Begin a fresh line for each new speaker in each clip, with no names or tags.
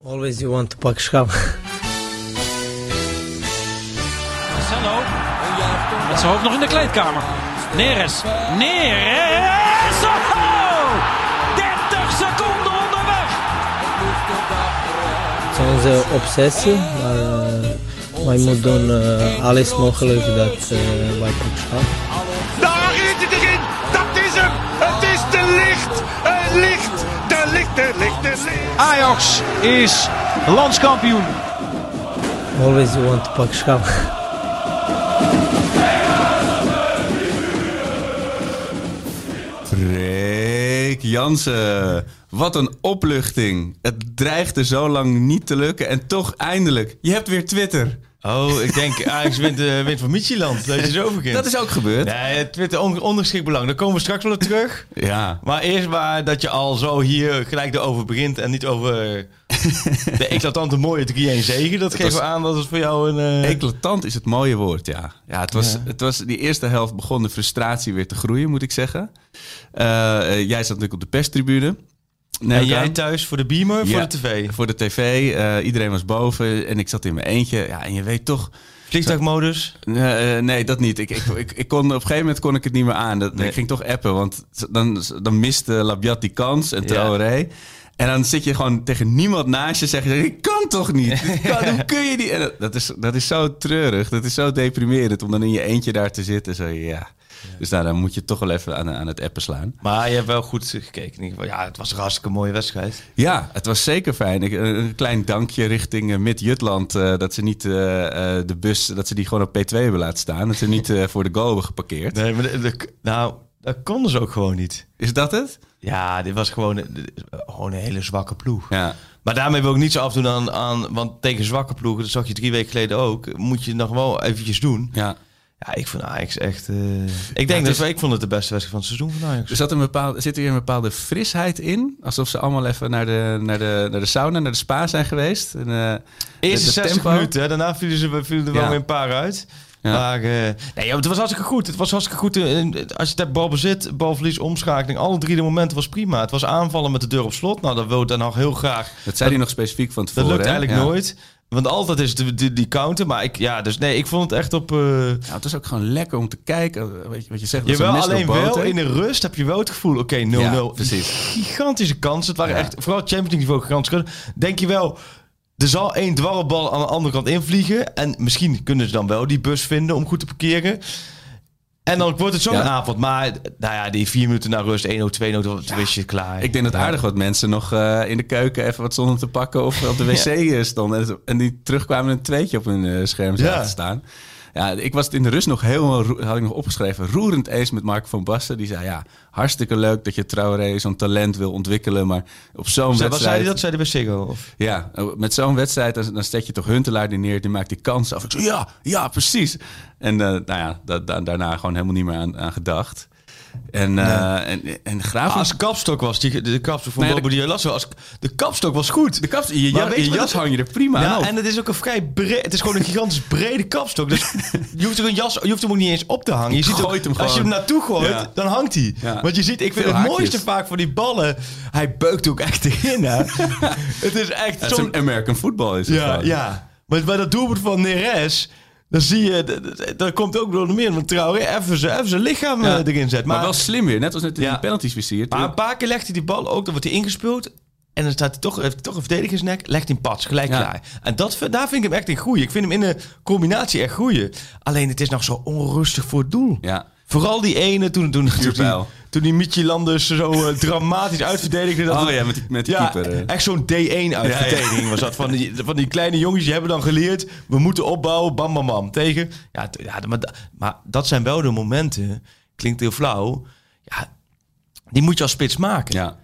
Always you want to pak schaam.
Marcelo. Met zijn hoofd nog in de kleedkamer. Neres. Neres. Oh! 30 seconden onderweg.
Het is onze obsessie, maar eh, wij moeten doen eh, alles mogelijk dat eh, wij pak schaam.
Daar is het erin! Dat is hem! Het is te licht! Het licht! Te licht, te licht, te licht!
Ajax is landskampioen.
Always you want to pak schaam.
Freek Jansen. Wat een opluchting. Het dreigde zo lang niet te lukken en toch eindelijk. Je hebt weer Twitter.
Oh, ik denk Ajax wint, eh, wint van Michieland. Dat je zo begint.
Dat is ook gebeurd.
Nee, Twitter on, ongeschikt belang. Daar komen we straks wel op terug.
Ja.
Maar eerst maar dat je al zo hier gelijk erover begint en niet over de eclatante mooie 3-1 zegen. Dat, geeft
was-
wel aan dat het voor jou een... eh,
Eclatant is het mooie woord, ja. ja, het was, Het was die eerste helft begon de frustratie weer te groeien, moet ik zeggen. Eh, eh, jij zat natuurlijk op de perstribune. Nee,
en jij thuis voor de beamer, voor
Ja,
de tv.
Voor de tv. eh, iedereen was boven en ik zat in mijn eentje. Ja, en je weet toch,
Vliegtuigmodus.
Nee, eh, nee, dat niet. Ik, ik, ik, ik kon, op een gegeven moment kon ik het niet meer aan. Dat,
Nee.
Ik ging toch appen, want dan, dan miste Labiat die kans en
Ja.
Traoré. En dan zit je gewoon tegen niemand naast je zeggen... dit kan toch niet? Dit kan, hoe kun je die? En dat, dat is, dat is zo treurig, dat is zo deprimerend... om dan in je eentje daar te zitten. Zo, ja. Dus nou, dan moet je toch wel even aan, aan het appen slaan.
Maar je hebt wel goed gekeken. In ieder geval. Ja, het was een hartstikke mooie wedstrijd.
Ja, het was zeker fijn. Ik, eh, een een klein dankje richting eh, Mid-Jutland. eh, dat ze niet eh, eh, de bus, dat ze die gewoon op P2 hebben laten staan. Dat ze niet eh, voor de goal hebben geparkeerd.
Nee, maar de- de- nou, dat konden ze ook gewoon niet.
Is dat het?
Ja, dit was gewoon, een- gewoon een hele zwakke ploeg.
Ja.
Maar daarmee wil ik niets afdoen aan, aan... Want tegen zwakke ploegen, dat zag je drie weken geleden ook... moet je nog wel eventjes doen.
Ja.
Ja, ik vond Ajax echt... eh, ik denk
het
dat
is-
we- ik vond het de beste wedstrijd van het seizoen van Ajax.
Er zat een bepaalde, zit er hier een bepaalde frisheid in. Alsof ze allemaal even naar de, naar de, naar de sauna, naar de spa zijn geweest. En, eh,
Eerste
het
60
tempo.
minuten, hè, daarna vielen, ze, vielen er
Ja.
wel weer een paar uit.
Ja.
Maar eh, nee, joh, het was hartstikke goed. Het was hartstikke goed. eh, eh, Als je het balbezit, balverlies, omschakeling, alle drie de momenten was prima. Het was aanvallen met de deur op slot. Nou, dat wil Den Haag heel graag.
dat zei hij nog specifiek van
Dat
tevoren.
lukt
hè?
eigenlijk
Ja.
nooit. Want altijd is het die, die, die counter. Maar ik, ja, dus nee, ik vond het echt op... eh,
Ja, Nou, het is ook gewoon lekker om te kijken. Weet je wat je zegt? dat is
Jawel,
een mes door
alleen wel
boter.
in de rust heb je wel het gevoel, oké, 0-0.
Ja, precies.
Gigantische kansen. Het waren
Ja.
echt, vooral Champions League niveau kansen. Denk je wel, er zal één dwarrelbal aan de andere kant invliegen. En misschien kunnen ze dan wel die bus vinden om goed te parkeren. En dan wordt het zo'n
Ja.
avond. Maar nou ja, die vier minuten na rust, 1-0, 2-0, toen wist je klaar.
Ik denk dat aardig wat mensen nog eh, in de keuken even wat stonden te pakken of op de wc eh, stonden. En, en die terugkwamen en een tweetje op hun eh, scherm zaten
Ja.
staan. Ja, ik was het in de rust nog helemaal, roe- had ik nog opgeschreven, roerend eens met Mark van Basten. Die zei, ja, hartstikke leuk dat je Traoré zo'n talent wil ontwikkelen, maar op zo'n
Zij-
wedstrijd...
Wat zei die dat? Zei die bij Siggo? Of?
Ja, met zo'n wedstrijd, dan, dan zet je toch Huntelaar er neer, die maakt die kans af. Ik zo, ja, ja, precies. En eh, nou ja, da- da- daarna gewoon helemaal niet meer aan, aan gedacht. En, eh en, en Graaf...
Als kapstok was, die, de kapstok van
Ah, Nee, de-
Bobo Di Lasso, als de kapstok was goed.
de kaps, je,
Maar
ja,
weet
je
je wat
jas
het-
hang je er prima aan
Ja,
op.
en het is ook een vrij breed. Het is gewoon een gigantisch brede kapstok. Dus je hoeft er een jas, je hoeft hem ook niet eens op te hangen. Je ziet
Gooit
ook-
hem
als je hem
gewoon.
naartoe gooit,
Ja.
dan hangt hij.
Ja.
Want je ziet, ik vind het
Veel haakjes.
mooiste vaak van die ballen. Hij beukt ook echt erin. Hè. het is echt
Het is
zo'n.
een American football is het
Ja,
gewoon.
ja. Maar bij dat doelpunt van Neres. Dan zie je, d- d- dat komt ook door de meer. Want trouwens, even zijn even zijn lichaam
Ja.
eh, erin zet.
Maar, wel slim weer. Net als net in
Ja.
die penalties weer zie je het.
Maar een paar keer legt hij die bal ook, dan wordt hij ingespeeld. En dan staat hij toch, heeft hij toch een verdedigingsnek, legt hij een pats, gelijk
Ja.
klaar. En dat, vind- daar vind ik hem echt in groeien. Ik vind hem in de combinatie echt groeien. Alleen het is nog zo onrustig voor het doel.
Ja.
Vooral die ene, toen, toen, toen, die,
Vuurpijl.
toen die Mietje Landers zo eh, dramatisch uitverdedigde. Dat
Oh
het-
ja, met die, met die
ja,
keeper. eh.
echt zo'n D1-uitverdediging was dat. Van die, van die kleine jongens, die hebben dan geleerd... we moeten opbouwen, bam, bam, bam. Tegen, ja, t- ja maar, da- maar dat zijn wel de momenten... klinkt heel flauw... Ja, die moet je als spits maken.
Ja.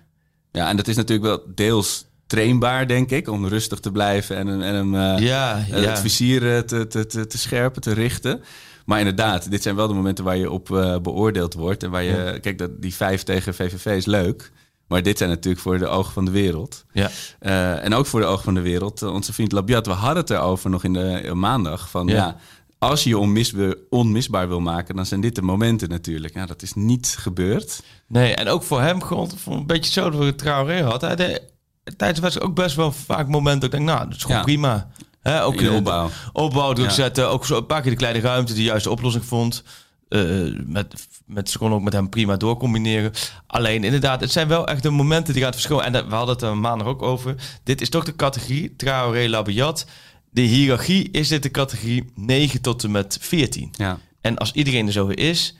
ja, en dat is natuurlijk wel deels trainbaar, denk ik. Om rustig te blijven en, hem- en hem, eh,
Ja,
eh,
ja.
het vizier eh, te, te, te, te scherpen, te richten. Maar inderdaad, dit zijn wel de momenten waar je op eh, beoordeeld wordt. En waar je, kijk, dat, die vijf tegen VVV is leuk. Maar dit zijn natuurlijk voor de ogen van de wereld.
Ja.
Eh, en ook voor de ogen van de wereld. eh, onze vriend Labiat, we hadden het erover nog in de eh, maandag. Van, ja.
Ja.
als je je onmis- onmisbaar wil maken, dan zijn dit de momenten natuurlijk. Nou, dat is niet gebeurd.
Nee, en ook voor hem gewoon voor een beetje zo dat we Traoré had. Hij deed tijdens de wedstrijd ook best wel vaak momenten dat ik denk, nou, dat is gewoon
Ja.
prima. Hè, ook
In de opbouw.
Opbouw, druk
Ja.
zetten. Ook zo een paar keer de kleine ruimte die juist de oplossing vond. Eh, met, met, ze kon ook met hem prima doorcombineren. Alleen inderdaad, het zijn wel echt de momenten die gaan het verschil. En dat, we hadden het er maandag ook over. Dit is toch de categorie Traoré Labiat. De hiërarchie is dit de categorie 9 tot en met 14.
Ja.
En als iedereen er zo weer is,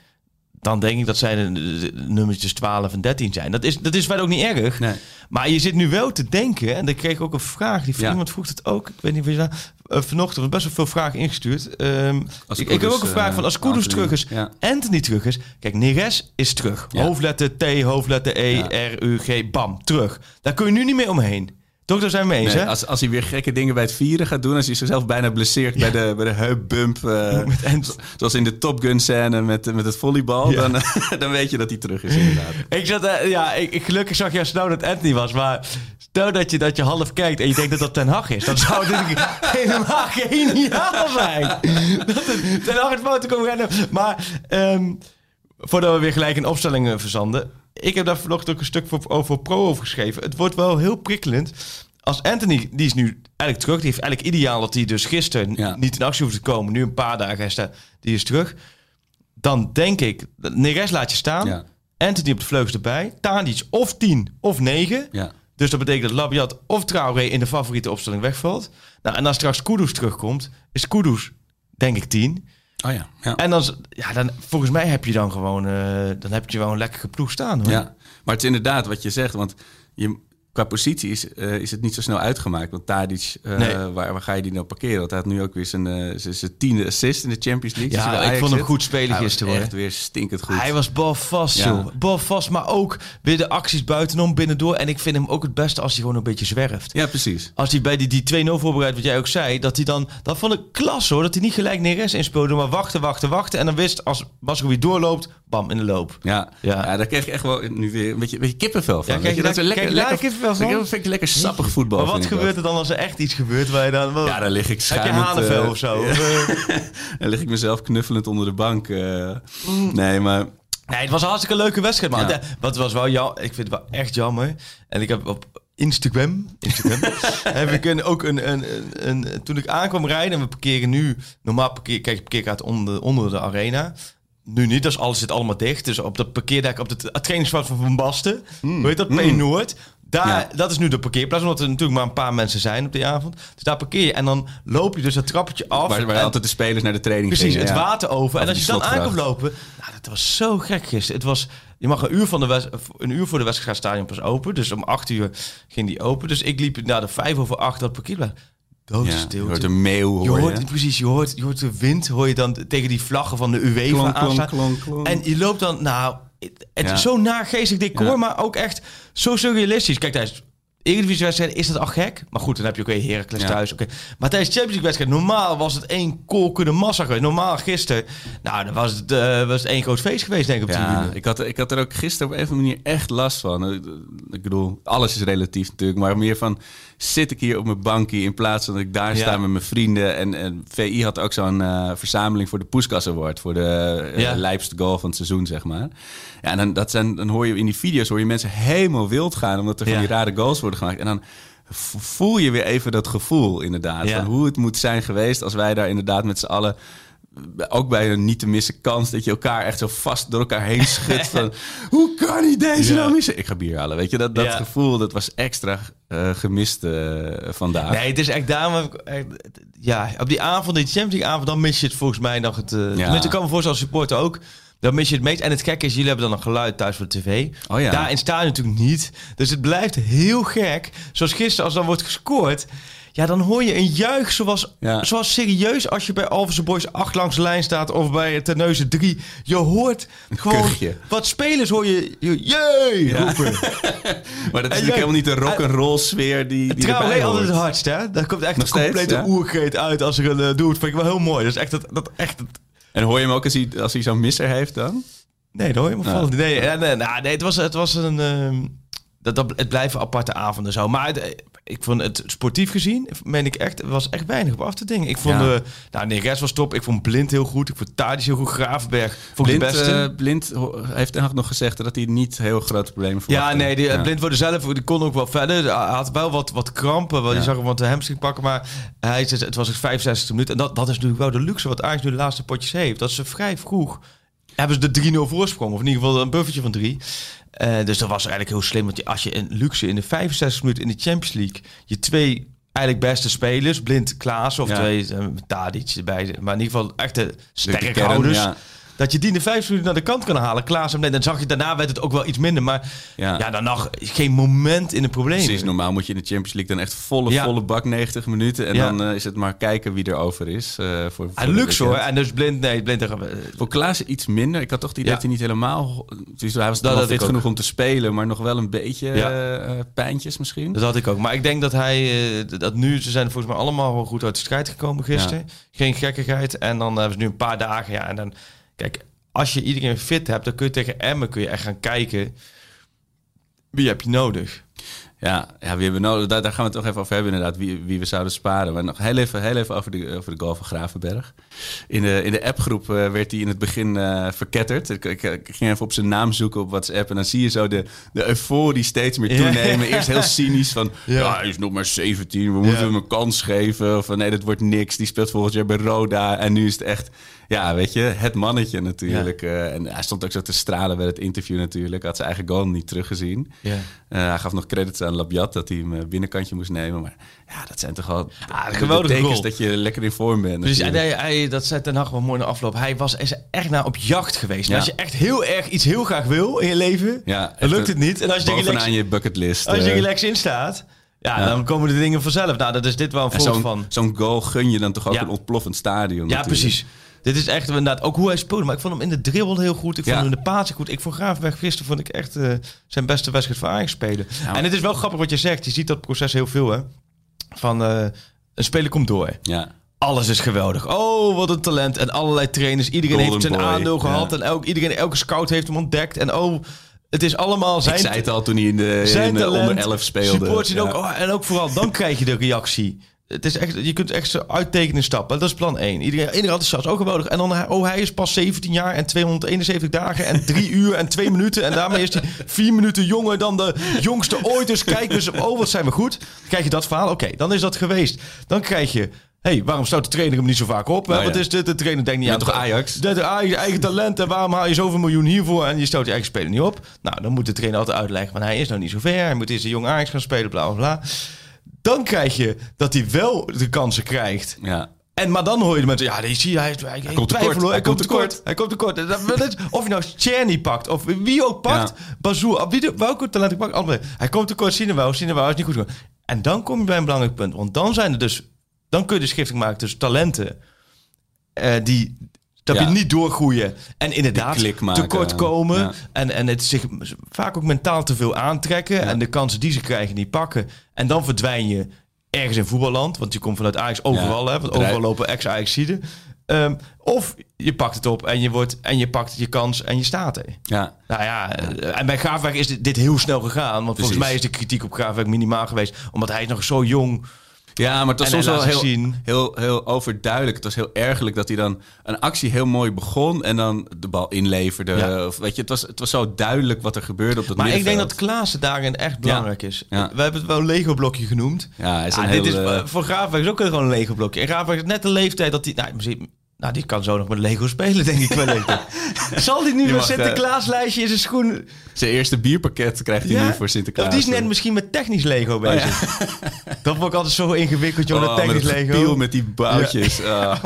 dan denk ik dat zij de, de- de nummertjes 12 en 13 zijn. Dat is, dat is verder ook niet erg.
Nee.
Maar je zit nu wel te denken, en ik kreeg ook een vraag, die
Ja.
iemand vroeg het ook, ik weet niet of je dat, eh, vanochtend, er best wel veel vragen ingestuurd. Ehm,
Als
ik, ik heb
Kudus,
ook een vraag
eh,
van, als Kudus
Anthony.
terug is,
Ja.
Anthony terug is, kijk, Neres is terug.
Ja.
Hoofdletter T, hoofdletter E,
Ja.
R, U, G, bam, terug. Daar kun je nu niet meer omheen. Toch, daar zijn we mee eens,
Nee,
hè?
als, als hij weer gekke dingen bij het vieren gaat doen, als hij zichzelf bijna blesseert bij de, bij de heupbump, eh,
Met Ant-
zoals in de Top Gun scène met, met het volleybal,
Ja.
dan, eh, dan weet je dat hij terug is inderdaad.
Ik zat, eh, ja, ik, ik- gelukkig zag je snel dat Anthony was, maar stel dat je, dat je half kijkt en je denkt dat dat Ten Hag is, dan zou dit helemaal geniaal zijn. Dat het Ten Hag het foto kon rennen. Maar ehm, voordat we weer gelijk in opstellingen verzanden, ik heb daar vanochtend ook een stuk voor, over pro over geschreven. Het wordt wel heel prikkelend. Als Anthony, die is nu eigenlijk terug, die heeft eigenlijk ideaal dat hij dus gisteren
Ja.
niet in actie hoeft te komen. Nu een paar dagen is hij- die is terug. Dan denk ik, Neres laat je staan.
Ja.
Anthony op de vleugels erbij. Tadic of 10 of 9.
Ja.
Dus dat betekent dat Labiat of Traoré in de favoriete opstelling wegvalt. Nou, en als straks Kudus terugkomt, is Kudus denk ik 10.
Oh ja. ja.
En dan, is- ja, dan, volgens mij heb je dan gewoon, eh, dan heb je gewoon lekker geploeg staan. Hoor.
Ja, maar het is inderdaad wat je zegt, want je, qua positie is, eh, is het niet zo snel uitgemaakt. Want Tadic, eh,
Nee.
waar, waar ga je die nou parkeren? Want hij had nu ook weer zijn, eh, zijn, zijn tiende assist in de Champions League.
Ja,
Dus hij bij
ik
Ajax
vond hem
zit.
goed spelen
Hij was
gisteren, hoor.
echt weer stinkend goed.
Hij was balvast,
Ja.
joh. Balvast, maar ook weer de acties buitenom, binnendoor. En ik vind hem ook het beste als hij gewoon een beetje zwerft.
Ja, precies.
Als hij bij die, die 2-0 voorbereidt, wat jij ook zei, dat hij dan... Dat vond ik klas hoor, dat hij niet gelijk Neres inspeelde, maar wachten, wachten, wachten. En dan wist, als Basco weer doorloopt, bam, in de loop.
Ja,
Ja.
ja. daar kreeg ik echt wel nu weer een beetje, een beetje kippenvel van.
Ja,
Weet
kijk,
je, dat is
daar-
lekker,
kijk, daar
lekker,
kippenvel van.
Ik vind ik lekker sappig voetbal.
maar wat
vind ik
gebeurt
dat.
er dan als er echt iets gebeurt waar je dan...
Ja, daar lig ik
heb je
schuimend...
hanenvel
eh,
of zo?
ja,
Of, eh,
dan lig ik mezelf knuffelend onder de bank. eh.
Mm.
Nee, maar...
Nee, het was een hartstikke leuke wedstrijd, maar
Ja.
de- wat was wel jou, ik vind het wel echt jammer. En ik heb op Instagram, Instagram heb ik een, ook een, een, een, een- toen ik aankwam rijden en we parkeren nu normaal parkeer, kijk parkeerkaart onder, de- onder de arena. Nu niet, dus alles zit allemaal dicht. Dus op dat parkeerdek, op de t- het trainingsveld van Van Basten, hoe heet dat, P Noord. Daar,
Hmm. Ja.
Dat is nu de parkeerplaats, omdat er natuurlijk maar een paar mensen zijn op die avond. Dus daar parkeer je en dan loop je dus dat trappetje af.
Waar, waar
en-
altijd de spelers naar de training
Precies,
gingen,
het
ja.
water over. En
Of
als
die
je dan aan
slotgracht.
komt lopen... Nou, dat was zo gek gisteren. Het was, je mag een uur, van de wes- een uur voor de wedstrijd gaat het stadion pas open. Dus om acht uur ging die open. Dus ik liep naar de vijf over acht dat parkeerplaats.
Ja,
Doodstilte.
je hoort een meeuw hoor
Je
je.
hoort, precies, je hoort, je hoort de wind, hoor je dan tegen die vlaggen van de UEFA
Klonk, klonk,
aanstaan.
klonk, klonk.
En je loopt dan, nou, het, het
Ja.
is zo'n nageestig decor,
Ja.
maar ook echt zo surrealistisch. Kijk, tijdens Eredivisie-wedstrijden is dat al gek. Maar goed, dan heb je ook weer Heracles
Ja.
thuis. oké. Maar tijdens Champions League-wedstrijd, normaal was het één kolkende massa geweest. Normaal gisteren, nou, dan was het, eh, was het één groot feest geweest, denk ik, op de
Ja,
tribune.
ik had, ik had er ook gisteren op een of andere manier echt last van. Ik- Ik bedoel, alles is relatief natuurlijk. Maar meer van, zit ik hier op mijn bankje in plaats van dat ik daar
Ja.
sta met mijn vrienden. En, en VI had ook zo'n eh, verzameling voor de Poeskas Award. Voor de eh,
Ja.
lijpste goal van het seizoen, zeg maar. Ja, en dan, dat zijn, dan hoor je in die video's hoor je mensen helemaal wild gaan. Omdat er
Ja.
van die rare goals worden gemaakt. En dan v- voel je weer even dat gevoel inderdaad.
Ja.
Van hoe het moet zijn geweest als wij daar inderdaad met z'n allen ook bij een niet te missen kans dat je elkaar echt zo vast door elkaar heen schudt van hoe kan hij deze
Ja.
nou missen? Ik ga bier halen, weet je dat dat
Ja.
gevoel dat was extra eh, gemist eh, vandaag.
Nee, het is echt daarom... heb ik echt- Ja, op die avond, die Champions League-avond, dan mis je het volgens mij nog het... eh tenminste, ik kan me voorstellen als supporter ook. Dan mis je het meest. En het gekke is, jullie hebben dan een geluid thuis voor de tv.
Oh ja.
Daar in staan natuurlijk niet. Dus het blijft heel gek. Zoals gisteren, als dan wordt gescoord... Ja, dan hoor je een juich zoals,
Ja.
zoals serieus als je bij Alphense Boys 8 langs de lijn staat... of bij Terneuzen 3. Je hoort gewoon...
kuchje.
Wat spelers hoor je... je jee! roepen.
Maar dat is
En
natuurlijk
jij-
helemaal niet de rock and roll sfeer die die
Trouwens,
erbij
altijd het
hoort.
hardst, hè? Daar komt echt
Nog
een
steeds,
complete
ja?
oerkreet uit als er een eh, doet. Vind ik wel heel mooi. Dat is echt dat, dat echt dat-
En hoor je hem ook als hij als hij zo'n misser heeft dan?
Nee, dat hoor je me vallen. Nee, nee, nee, nee, nee, het was, het was een... ehm, dat, dat, het blijven aparte avonden zo. Maar het, eh, ik vond het sportief gezien, meen ik echt, er was echt weinig op af te dingen. Ik vond,
Ja.
eh nou, Neres was top. Ik vond Blind heel goed. Ik vond Tadic heel goed. Graafberg vond ik
Blind,
de beste.
eh, Blind ho- heeft Ten Hag nog gezegd dat hij niet heel grote problemen voor eh.
Ja, nee, die, eh, Blind worden zelf, die kon ook wel verder. Hij had wel wat, wat krampen, wel, je
Ja.
zag hem wat de hamstring pakken, maar hij, zei, het was het 65 minuut. En dat, dat is natuurlijk wel de luxe wat Ajax nu de laatste potjes heeft. Dat ze vrij vroeg hebben ze de 3-0 voorsprong, of in ieder geval een buffertje van 3. Eh, dus dat was eigenlijk heel slim, want je- als je in luxe in de 65 minuten in de Champions League je twee eigenlijk beste spelers, Blind, Klaas of
Ja.
twee, eh, Tadic erbij, maar in ieder geval echte
kern,
sterke ouders.
ja.
Dat je die in de vijf minuten naar de kant kan halen. Klaas hem net. Dan zag je daarna werd het ook wel iets minder. Maar ja,
Ja.
dan nog geen moment in de problemen.
Precies, normaal moet je in de Champions League dan echt volle,
Ja.
volle bak 90 minuten. En
Ja.
dan eh, is het maar kijken wie er over is. eh, voor, voor
En
de
luxe hoor.
weekend.
En dus blind, nee, blind. eh,
Voor Klaassen iets minder. Ik had toch het idee
Ja.
dat hij niet helemaal... Dus hij was
Dat
dat,
had ik
fit
ook.
genoeg om te spelen, maar nog wel een beetje
Ja.
eh, eh, pijntjes misschien.
Dat had ik ook. Maar ik denk dat hij, eh, dat nu, ze zijn volgens mij allemaal wel goed uit de strijd gekomen gisteren. Geen gekkigheid. En dan eh, hebben ze nu een paar dagen. Ja, en dan, kijk, als je iedereen fit hebt, dan kun je tegen Emmen kun je echt gaan kijken. Wie heb je nodig?
Ja, ja wie hebben we nodig? Daar, daar gaan we het toch even over hebben inderdaad, wie, wie we zouden sparen. Maar nog heel even, heel even over, de, over de goal van Gravenberg. In de, in de appgroep eh, werd hij in het begin eh, verketterd. Ik, ik, ik ging even op zijn naam zoeken op WhatsApp. En dan zie je zo de, de euforie steeds meer toenemen. Eerst heel cynisch van, ja. hij is nog maar 17. We moeten hem een kans geven. Of nee, dat wordt niks. Die speelt volgend jaar bij Roda. En nu is het echt, ja, weet je, het mannetje natuurlijk. Eh, en hij stond ook zo te stralen bij het interview natuurlijk. Had zijn eigen goal niet teruggezien.
Ja.
Eh, hij gaf nog credits aan Labiat dat hij hem eh, binnenkantje moest nemen. Maar ja, dat zijn toch wel
Ah,
de-
een geweldige
de tekens
goal.
dat je lekker in vorm bent.
Precies, en
natuurlijk.
Dus hij, hij, dat zei Ten Hag wel mooi in de afloop. Hij was, is er echt naar op jacht geweest. En
Ja.
Als je echt heel erg iets heel graag wil in je leven,
ja,
dan lukt
echt, eh,
het niet. En als je er
bovenaan
relax,
je bucketlist.
als je
eh,
er relax in staat, ja,
Ja.
dan komen de dingen vanzelf. Nou, dat is dit wel een
en
voorbeeld
zo'n,
van.
zo'n goal gun je dan toch ook
Ja.
een ontploffend stadion.
Ja,
natuurlijk.
precies. Dit is echt inderdaad ook hoe hij speelde. Maar ik vond hem in de dribbel heel goed. Ik vond
Ja.
hem in de paas goed. Ik vond Graafweg gisteren vond ik echt eh, zijn beste wedstrijd voor Ajax spelen.
maar-
En het is wel grappig wat je zegt. Je ziet dat proces heel veel, hè. Van eh, een speler komt door.
Ja.
Alles is geweldig. Oh, wat een talent. En allerlei trainers. Iedereen
Golden
heeft zijn
boy,
aandeel
ja.
gehad. En elk, iedereen, elke scout heeft hem ontdekt. En oh, het is allemaal zijn,
ik zei het al toen hij in de, eh, in
zijn
de
talent.
onder 11 speelde.
Support zien
Ja.
ook. oh, en ook vooral, dan krijg je de reactie. Het is echt, je kunt echt zo uittekenen stappen. Dat is plan 1. Iedereen, iedereen had zelfs ook geweldig. En dan, oh, hij is pas 17 jaar en 271 dagen en 3 uur en 2 minuten. En daarmee is hij 4 minuten jonger dan de jongste ooit. Dus kijk eens, oh, wat zijn we goed. Krijg je dat verhaal? Oké, dan is dat geweest. Dan krijg je, hey, waarom stout de trainer hem niet zo vaak op? hè?
Nou ja.
Wat is dit? De trainer denkt niet
Je
aan
bent toch Ajax?
dat is Ajax, eigen talent en waarom haal je zoveel miljoen hiervoor en je stoot je eigen speler niet op? Nou, dan moet de trainer altijd uitleggen, want hij is nou niet zo ver. Hij moet eerst een jong Ajax gaan spelen, bla bla bla. Dan krijg je dat hij wel de kansen krijgt.
Ja.
En, maar dan hoor je de mensen, ja, die zie je, hij, hij, hij,
komt
twijfel,
tekort,
hoor. Hij
hij
komt
komt
tekort. Hij komt tekort. En dat- dat is- Of je nou Czerny pakt, of wie ook pakt, Bazoer, wie de, welke talent ik pak, allebei. Hij komt tekort, zien we wel, zien we wel, is niet goed. genoeg. En dan kom je bij een belangrijk punt, want dan zijn er dus, dan kun je de schifting maken tussen talenten eh, die dat
Ja.
je niet doorgroeien en inderdaad
Die klik maken,
tekort komen
ja.
en, en het zich vaak ook mentaal te veel aantrekken en de kansen die ze krijgen niet pakken en dan verdwijn je ergens in voetballand want je komt vanuit Ajax overal hè want
Bedrijf-
overal lopen ex Ajaxiden Ehm of je pakt het op en je wordt en je pakt je kans en je staat er
Ja.
nou ja, eh, en bij Graafwerk is dit, dit heel snel gegaan. Want volgens
Precies.
mij is de kritiek op Graafwerk minimaal geweest. Omdat hij is nog zo jong.
Ja, maar het was
En hij
soms wel
laat
heel,
zich zien.
heel, heel overduidelijk. Het was heel ergelijk dat hij dan een actie heel mooi begon en dan de bal inleverde.
Ja.
Of, weet je, het was, het was zo duidelijk wat er gebeurde op dat
Maar ik denk dat
middenveld.
Klaassen daarin echt belangrijk is.
Ja.
We hebben het wel een Lego-blokje genoemd. Ah,
Ja, hij is een
dit
heel,
is,
eh,
Voor Graafwerk is ook gewoon een Lego-blokje. En Graafwerk is net de leeftijd dat hij... Nou, misschien, nou, die kan zo nog met Lego spelen, denk ik wel even. Zal die nu
Die
een
mag, eh,
Sinterklaaslijstje in zijn schoen...
Zijn eerste bierpakket krijgt hij nu voor Sinterklaas. eh,
Of die is net misschien met technisch Lego bezig. Dat vond ik altijd zo ingewikkeld, joh, dat
Oh, met
technisch
het
Lego.
gepiel met die boutjes. Ah,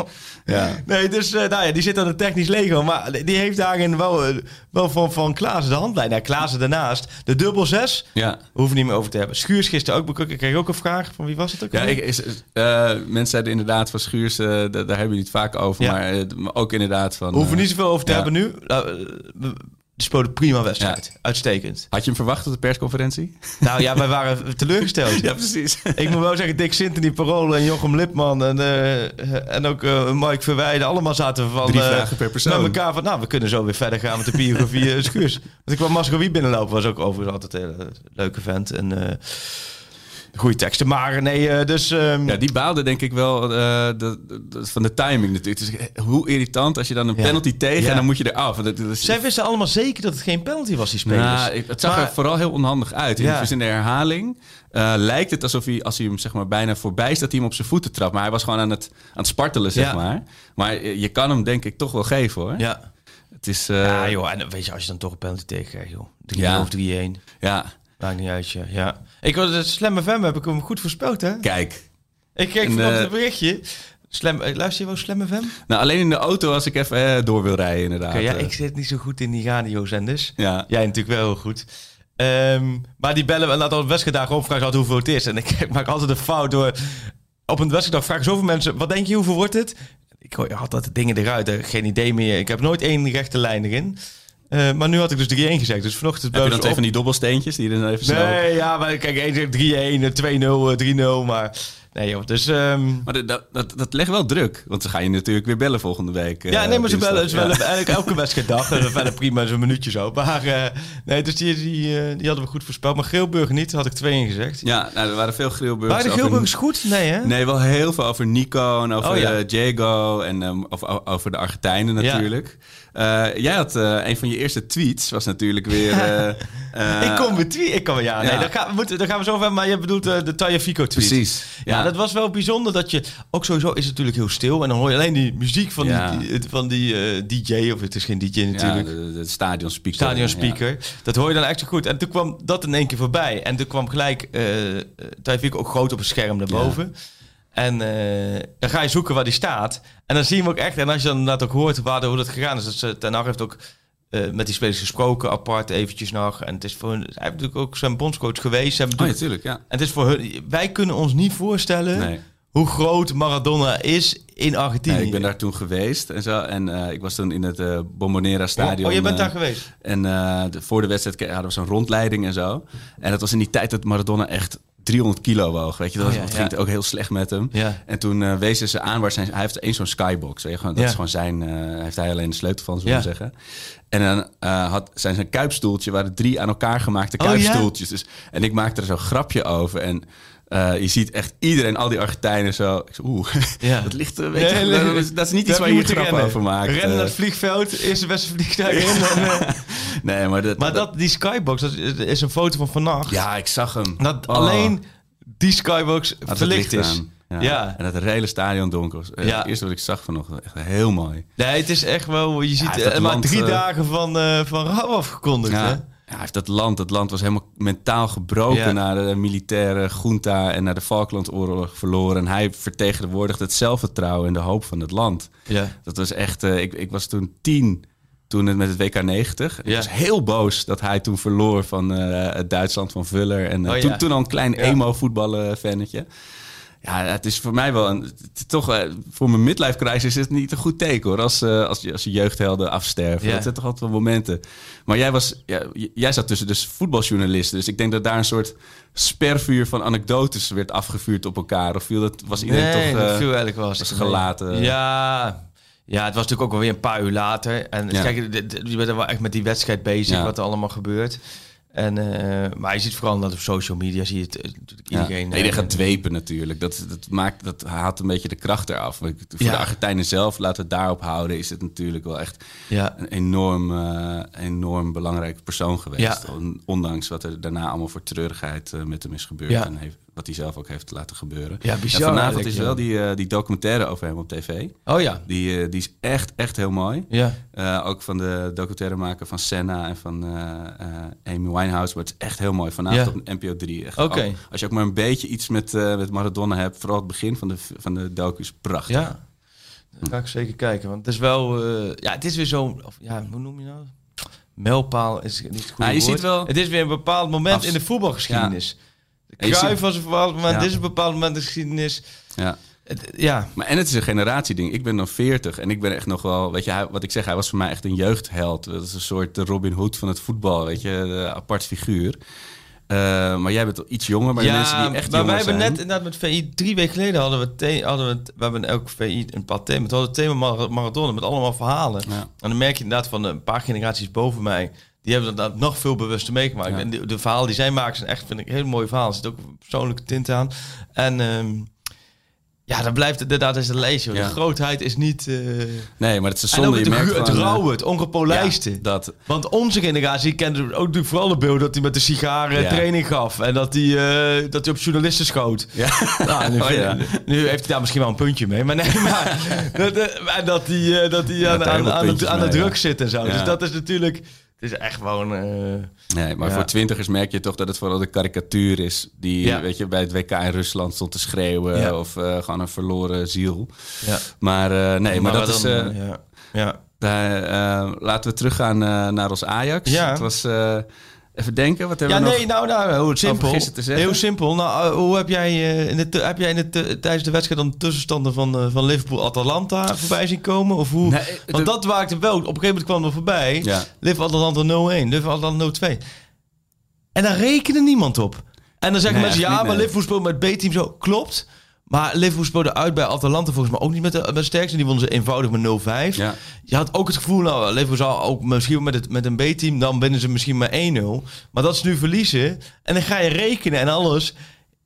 ja.
Nee, dus eh, nou ja, die zit aan de technisch Lego. Maar die heeft daarin wel, eh, wel van, van Klaassen de handlijn. Nou, Klaassen daarnaast. De dubbel zes.
Ja.
We hoeven niet meer over te hebben. Schuurs gisteren ook. Ik kreeg ook een vraag. Van wie was het ook?
Ja,
alweer?
ik, is, is- eh, mensen zeiden inderdaad van Schuurs, eh, da- daar hebben we het vaak over.
Ja.
Maar eh, maar ook inderdaad van...
We hoeven
eh,
niet zoveel over te
ja.
hebben nu. Nou, eh, we- die speelden prima wedstrijd.
Ja.
Uitstekend.
Had je hem verwacht op de persconferentie?
Nou ja, wij waren teleurgesteld.
precies.
Ik moet wel zeggen, Dick Sintony, Parool en Jochem Lipman en, eh, en ook eh Mike Verweijden, allemaal zaten van...
Drie
eh,
vragen per persoon.
Met elkaar van, nou, we kunnen zo weer verder gaan met de biografie eh, Schuurs. Want ik kwam Mascowie binnenlopen, was ook overigens altijd een hele leuke vent. En, eh, goede teksten. Maar nee, eh, dus... ehm,
Ja, die baalde denk ik wel eh, de- de- de- van de timing natuurlijk. Het is eh, hoe irritant als je dan een penalty tegen
Ja.
en dan moet je eraf. Dat, dat is,
Zij wisten allemaal zeker dat het geen penalty was, die spelers.
nou, ik- het zag
Maar-
er vooral heel onhandig uit.
Ja.
Dus in de herhaling eh, lijkt het alsof hij, als hij hem zeg maar, bijna voorbij is, dat hij hem op zijn voeten trapt. Maar hij was gewoon aan het, aan het spartelen, zeg
Ja.
maar. Maar eh, je kan hem denk ik toch wel geven, hoor.
Ja.
Het is, eh,
Ja, joh. En dan weet je, als je dan toch een penalty tegen krijgt, joh. 3
Ja.
of 3-1.
ja,
Maakt niet uit, ja. ja. Ik was het Slam FM, heb ik hem goed voorspeld, hè?
kijk.
Ik kreeg
En,
vanochtend
eh,
een berichtje. Slam, eh, luister je wel Slam FM?
Nou, alleen in de auto als ik even eh, door wil rijden, inderdaad.
Oké, ja,
Eh,
ik zit niet zo goed in die radiozenders.
ja.
Jij natuurlijk wel heel goed. Ehm, maar die bellen en laten op wedstrijddag gewoon vragen altijd hoeveel het is. En ik maak altijd een fout door. Op een wedstrijddag vragen zoveel mensen: wat denk je, hoeveel wordt het? Ik gooi altijd de dingen eruit. hè. Geen idee meer. Ik heb nooit één rechte lijn erin. Eh, maar nu had ik dus 3-1 gezegd. Dus vanochtend
Heb je dan
bleven ze
twee
op.
van die dobbelsteentjes die je dan even snel...
Nee, ja, maar kijk, één zegt 3-1, eh, 2-0, eh, 3-0. Maar nee, joh. Dus. ehm,
Maar dat- dat, dat, dat legt wel druk. Want ze gaan je natuurlijk weer bellen volgende week. eh,
Ja, nee, maar ze
dinsdag.
bellen, ze
Ja.
bellen eigenlijk elke wedstrijddag. En verder prima, zo'n minuutje zo. Maar eh, nee, dus die, die, eh, die hadden we goed voorspeld. Maar Geelburg niet, daar had ik twee in gezegd.
Ja, nou, er waren veel grillburgers.
Waren de
over-
Geelburgers goed? Nee, hè?
Nee, wel heel veel over Nico en over
Oh, ja.
eh, Diego en ehm, over, o- over de Argentijnen natuurlijk. Eh, jij had eh, een van je eerste tweets, was natuurlijk weer... eh, eh,
ik kom met twee. Ik kom, ja, nee,
ja.
daar, gaan we moeten, daar gaan we zo over hebben. Maar je bedoelt eh, de Taya Fico tweet.
Precies.
Ja, dat was wel bijzonder dat je... Ook sowieso is het natuurlijk heel stil. En dan hoor je alleen die muziek van
Ja.
die, die- van die eh, DJ. Of het is geen DJ natuurlijk.
Ja, de, de stadion speaker.
Stadion speaker. Dat hoor je dan echt zo goed. En toen kwam dat in één keer voorbij. En toen kwam gelijk eh eh, Taifik ook groot op een scherm daarboven. En eh, dan ga je zoeken waar die staat. En dan zie je hem ook echt. En als je dan inderdaad ook hoort waar, de- hoe dat gegaan is. Dat ze, Ten Hag heeft ook eh, met die spelers gesproken, apart eventjes nog. En het is voor hun, hij heeft natuurlijk ook zijn bondscoach geweest. Ze hebben
Ja. Oh,
natuurlijk-
natuurlijk, ja.
en het is voor hun, wij kunnen ons niet voorstellen
Nee.
hoe groot Maradona is in Argentinië.
Nee, ik ben daar toen geweest en zo. En eh, ik was toen in het eh, Bombonera Stadion.
Oh, je bent
eh,
daar geweest?
En eh, de- voor de wedstrijd ke- hadden we zo'n rondleiding en zo. En dat was in die tijd dat Maradona echt 300 kilo woog. Weet je, dat,
Oh,
was-
ja,
dat
ja.
ging het ook heel slecht met hem.
Ja.
En toen eh, wezen ze aan waar zijn... Hij heeft één zo'n skybox. Weet je, gewoon, dat
Ja.
is gewoon zijn... eh, Hij heeft hij alleen de sleutel van, zullen we
Ja.
zeggen. En dan eh, had, zijn zijn kuipstoeltje... waren drie aan elkaar gemaakte
Oh, ja?
kuipstoeltjes. dus, en ik maakte er zo'n grapje over. En eh, je ziet echt iedereen, al die Argentijnen zo... Ik zo, Oeh,
Ja.
dat ligt... eh, Weet je, dat, is, dat is niet
Daar
iets waar je
moet
je grap
rennen.
over maakt.
Rennen naar
eh.
het vliegveld, eerst de beste vliegtuig in. En, eh,
Nee, maar... Dat,
maar dat, die skybox, dat is- is een foto van vannacht.
Ja, ik zag hem.
Dat
Oh.
alleen die skybox
Had het
verlicht
licht
is.
aan. Ja.
Ja.
En dat het hele stadion donker was. Eh,
Ja.
Het eerste wat ik zag vanochtend, echt heel mooi.
Nee, het is echt wel, je ziet
dat
eh, maar
land,
drie
eh,
dagen van, eh van rouw afgekondigd.
Ja.
hè?
ja, hij heeft dat land, dat land was helemaal mentaal gebroken
Ja.
na de militaire junta en na de Falklandoorlog verloren. En hij vertegenwoordigt het zelfvertrouwen en de hoop van het land.
Ja.
Dat was echt, eh, ik, ik was toen tien toen het met het WK 90. Ik
Ja.
was heel boos dat hij toen verloor van eh, het Duitsland van Vuller. En eh,
Oh, ja.
toen, toen al een klein
Ja.
emo voetballen fannetje. Ja, het is voor mij wel een... het is Toch, eh, voor mijn midlife crisis is het niet een goed teken hoor. Als, eh, als, je- als je jeugdhelden afsterven.
Ja.
Dat zijn toch altijd wel momenten. Maar jij, was, ja, j- jij zat tussen dus voetbaljournalisten. Dus ik denk dat daar een soort spervuur van anekdotes werd afgevuurd op elkaar. Of viel dat, was iedereen
nee,
toch...
dat
eh,
viel eigenlijk wel.
was
eens
gelaten.
Ja. Ja, het was natuurlijk ook wel weer een paar uur later. En dus
Ja.
kijk, d- d- je bent er wel echt met die wedstrijd bezig,
Ja.
wat er allemaal gebeurt. En, eh, maar je ziet vooral dat op social media zie je het, eh, natuurlijk
Ja.
iedereen.
nee, die
eh,
gaat dwepen natuurlijk. Dat, dat, maakt, dat haalt een beetje de kracht eraf. Want ik- Voor
Ja.
de Argentijnen zelf, laten we het daarop houden, is het natuurlijk wel echt
Ja.
een enorm, eh, enorm belangrijke persoon geweest.
Ja.
On- Ondanks wat er daarna allemaal voor treurigheid eh, met hem is gebeurd.
Ja.
En heeft, wat hij zelf ook heeft laten gebeuren.
Ja, bizar
En vanavond
eigenlijk,
is
ja.
wel die, eh, die documentaire over hem op tv.
Oh ja.
Die, eh, die is echt, echt heel mooi.
Ja.
Eh, ook van de documentairemaker van Senna en van eh, eh, Amy Winehouse. Maar het is echt heel mooi. Vanavond
Ja.
op NPO 3. Echt.
Oké.
Ook- Als je ook maar een beetje iets met, eh, met Maradona hebt. Vooral het begin van de, van de docu is prachtig.
Ja, dat ga ik zeker kijken. Want het is wel... eh, ja, het is weer zo'n... of Ja, hoe noem je nou? Mijlpaal is niet het goede
Ja, je
woord.
ziet wel-
Het is weer een bepaald moment
Abs-
in de voetbalgeschiedenis.
En je
Kruif
ziet-
was een bepaald moment.
Ja.
Dit is een bepaald moment in de geschiedenis.
Ja.
Het- ja.
Maar en het is een generatieding. Ik ben dan 40 en ik ben echt nog wel, weet je, hij- wat ik zeg, hij was voor mij echt een jeugdheld. Dat is een soort de Robin Hood van het voetbal, weet je, een apart figuur. Eh, maar jij bent al iets jonger, maar de
ja,
mensen die echt
maar
jonger
wij hebben
zijn-
net inderdaad met VI drie weken geleden hadden we, the- hadden we, we hebben elk VI een paar thema's. We hadden het thema Mar- Maradona met allemaal verhalen.
Ja.
En dan merk je inderdaad van een paar generaties boven mij die hebben dat nog veel bewuster meegemaakt. En de, de verhalen die zij maken zijn echt, vind ik, hele mooie verhalen. Er zit ook een persoonlijke tint aan. En ehm, ja, dan blijft het inderdaad eens een lezen. joh.
Ja.
De grootheid is niet... eh,
Nee, maar het is
en ook
zonde.
het,
Je merkt
ru- het
gewoon, eh,
rauwe, het ongepolijste.
ja, dat,
Want onze generatie kende ook natuurlijk vooral de beeld dat hij met de sigaren
Ja.
training gaf. En dat hij, eh, dat hij op journalisten schoot.
ja.
Nou, nu,
Oh, ja.
nu heeft hij daar misschien wel een puntje mee. Maar nee, maar dat, eh, en dat hij, eh, dat hij
Ja,
aan,
daar hebben
aan,
we
aan, de,
puntjes
aan de
mee,
druk
ja.
zit en zo.
Ja.
Dus dat is natuurlijk... Het is echt gewoon... eh,
Nee, maar
Ja.
voor twintigers merk je toch dat het vooral de karikatuur is... die
Ja.
weet je, bij het WK in Rusland stond te schreeuwen...
Ja.
of eh, gewoon een verloren ziel.
ja.
Maar eh, nee, maar, dat is...
dan,
eh,
eh, ja. Ja.
daar, eh, laten we teruggaan eh, naar ons Ajax.
Ja.
Het was... eh, even denken, wat hebben
ja,
we nog?
nee, nou, nou, hoe simpel.
gisteren te zeggen?
Heel simpel. Nou, eh, hoe heb jij, eh, in de, tu- heb jij in de, tu- tijdens de wedstrijd dan de tussenstanden van, eh, van Liverpool-Atalanta voorbij zien komen? Of hoe?
Nee,
Want
de-
dat waakte wel. Op een gegeven moment kwam er voorbij.
Ja.
Liverpool-Atalanta 0-1, Liverpool-Atalanta 0-2. En daar rekende niemand op. En dan zeggen
Nee,
mensen,
echt
ja,
niet,
maar
nee.
Liverpool speelt met B-team zo. Klopt. Maar Liverpool speelde uit bij Atalanta volgens mij ook niet met de, met de sterkste. Die wonnen ze eenvoudig met 0-5.
Ja.
Je had ook het gevoel, nou, Liverpool zou ook misschien met, het, met een B-team, dan winnen ze misschien maar 1-0. Maar dat is nu verliezen. En dan ga je rekenen en alles.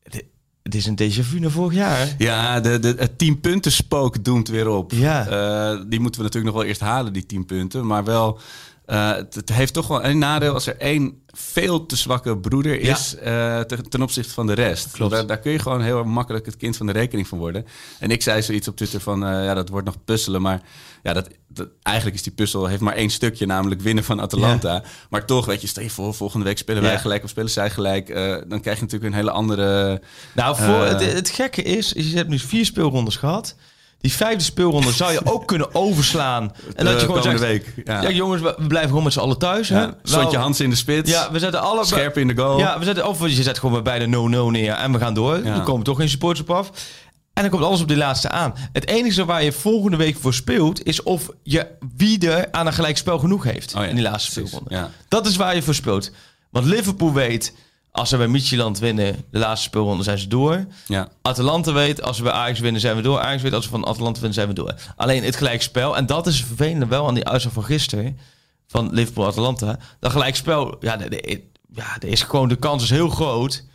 Het, het is een déjà vu naar vorig jaar.
Ja, de, de, het tienpuntenspook doemt weer op.
Ja.
Eh, die moeten we natuurlijk nog wel eerst halen, die tien punten. Maar wel, eh, het, het heeft toch wel een nadeel als er één veel te zwakke broeder
Ja.
is eh, te- ten opzichte van de rest.
Klopt.
Daar, daar kun je gewoon heel makkelijk het kind van de rekening van worden. En ik zei zoiets op Twitter van, eh, ja, dat wordt nog puzzelen. Maar ja, dat, dat, eigenlijk is die puzzel, heeft maar één stukje, namelijk winnen van Atalanta. Maar toch, weet je, stel je voor, volgende week spelen wij
Ja.
gelijk of spelen zij gelijk. Eh, dan krijg je natuurlijk een hele andere...
Nou, voor,
Eh.
het, het gekke is, is, je hebt nu vier speelrondes gehad. Die vijfde speelronde zou je ook kunnen overslaan. En dat je
eh,
gewoon
komende
zegt,
week. Ja.
ja. jongens, we we blijven gewoon met z'n allen thuis. hè?
Ja,
Wel-
Zandje eh, Hans in de spits.
Ja, we zetten alle...
Scherp in de goal.
Ja, we zetten, of je zet gewoon maar bij de no-no neer en we gaan door.
Ja.
Er komen toch geen supporters op af. En dan komt alles op die laatste aan. Het enige waar je volgende week voor speelt... is of je wie er aan een gelijk spel genoeg heeft
Oh ja,
in die laatste
precies.
speelronde.
Ja.
Dat is waar je voor speelt. Want Liverpool weet, als ze bij Midtjylland winnen... de laatste speelronde zijn ze door.
Ja.
Atalanta weet, als we bij Ajax winnen zijn we door. Ajax weet, als we van Atalanta winnen zijn we door. Alleen het gelijkspel, en dat is vervelend wel aan die uitslag van gisteren... van Liverpool-Atalanta. Dat gelijkspel, ja, de, de- ja de is gewoon, de kans is heel groot...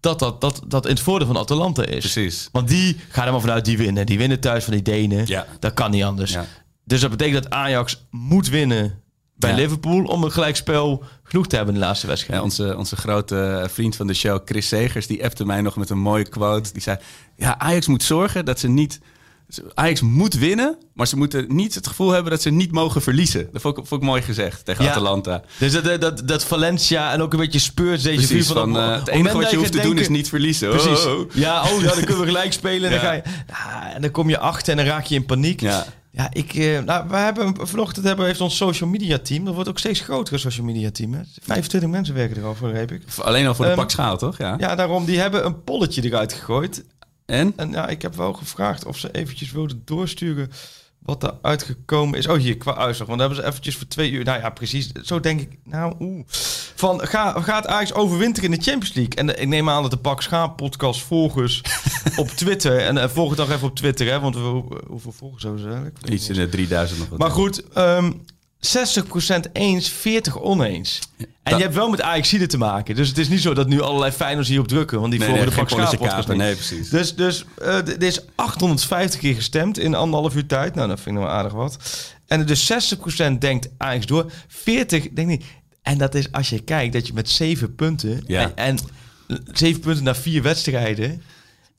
dat dat, dat, dat in het voordeel van Atalanta is.
Precies.
Want die, ga er maar vanuit, die winnen. Die winnen thuis van die Denen.
Ja.
Dat kan niet anders.
Ja.
Dus dat betekent dat Ajax moet winnen bij
Ja.
Liverpool... om een gelijkspel genoeg te hebben in de laatste wedstrijd.
Ja, onze, onze grote eh, vriend van de show, Chris Segers, die appte mij nog met een mooie quote. Die zei: Ja, Ajax moet zorgen dat ze niet. ze- Ajax moet winnen, maar ze moeten niet het gevoel hebben dat ze niet mogen verliezen. Dat vond ik, vond ik mooi gezegd tegen
Ja.
Atalanta.
Dus dat, dat, dat Valencia en ook een beetje speurt deze vuur
Precies,
van...
van,
op-
eh,
op
het
moment
enige
dat
wat je hoeft te doen
denken-
is niet verliezen.
Precies.
Oh, oh.
Ja, oh ja, dan kunnen we gelijk spelen. En dan,
Ja.
ga je, Ah, en dan kom je achter en dan raak je in paniek.
Ja.
Ja, ik, eh, nou, we hebben, vanochtend hebben, heeft ons social media team... Dat wordt ook steeds groter, een social media team. Hè. 25 mensen werken er al voor, begreep ik.
Alleen al voor de
Ehm,
pak schaal, toch? Ja.
Ja, daarom, die hebben een polletje eruit gegooid.
En?
En ja, ik heb wel gevraagd of ze eventjes wilden doorsturen wat er uitgekomen is. Oh, hier, qua uitslag. Want daar hebben ze eventjes voor twee uur... Nou ja, precies. Zo denk ik, nou, oeh. Van, ga, gaat Ajax overwinteren in de Champions League? En eh, ik neem aan dat de Pak Schaap podcast volgers op Twitter... En eh, volg het nog even op Twitter, hè. Want we, hoe- hoeveel volgers hebben ze eigenlijk?
Iets in de 3000 nog wat.
Maar goed, ehm 60% eens, 40 oneens. en
dat-
je hebt wel met ajax te maken. Dus het is niet zo dat nu allerlei Feyenoords hierop drukken. Want die
nee, nee,
volgen de
geen
Pak Schaap
polnische
podcast
kapen.
niet.
Nee,
Dus,
precies.
dus eh, d- er is 850 keer gestemd in anderhalf uur tijd. Nou, dat vind ik nou aardig wat. En dus 60% denkt Ajax door. 40 denkt niet. En dat is als je kijkt dat je met 7 punten...
Ja.
En, en 7 punten na 4 wedstrijden...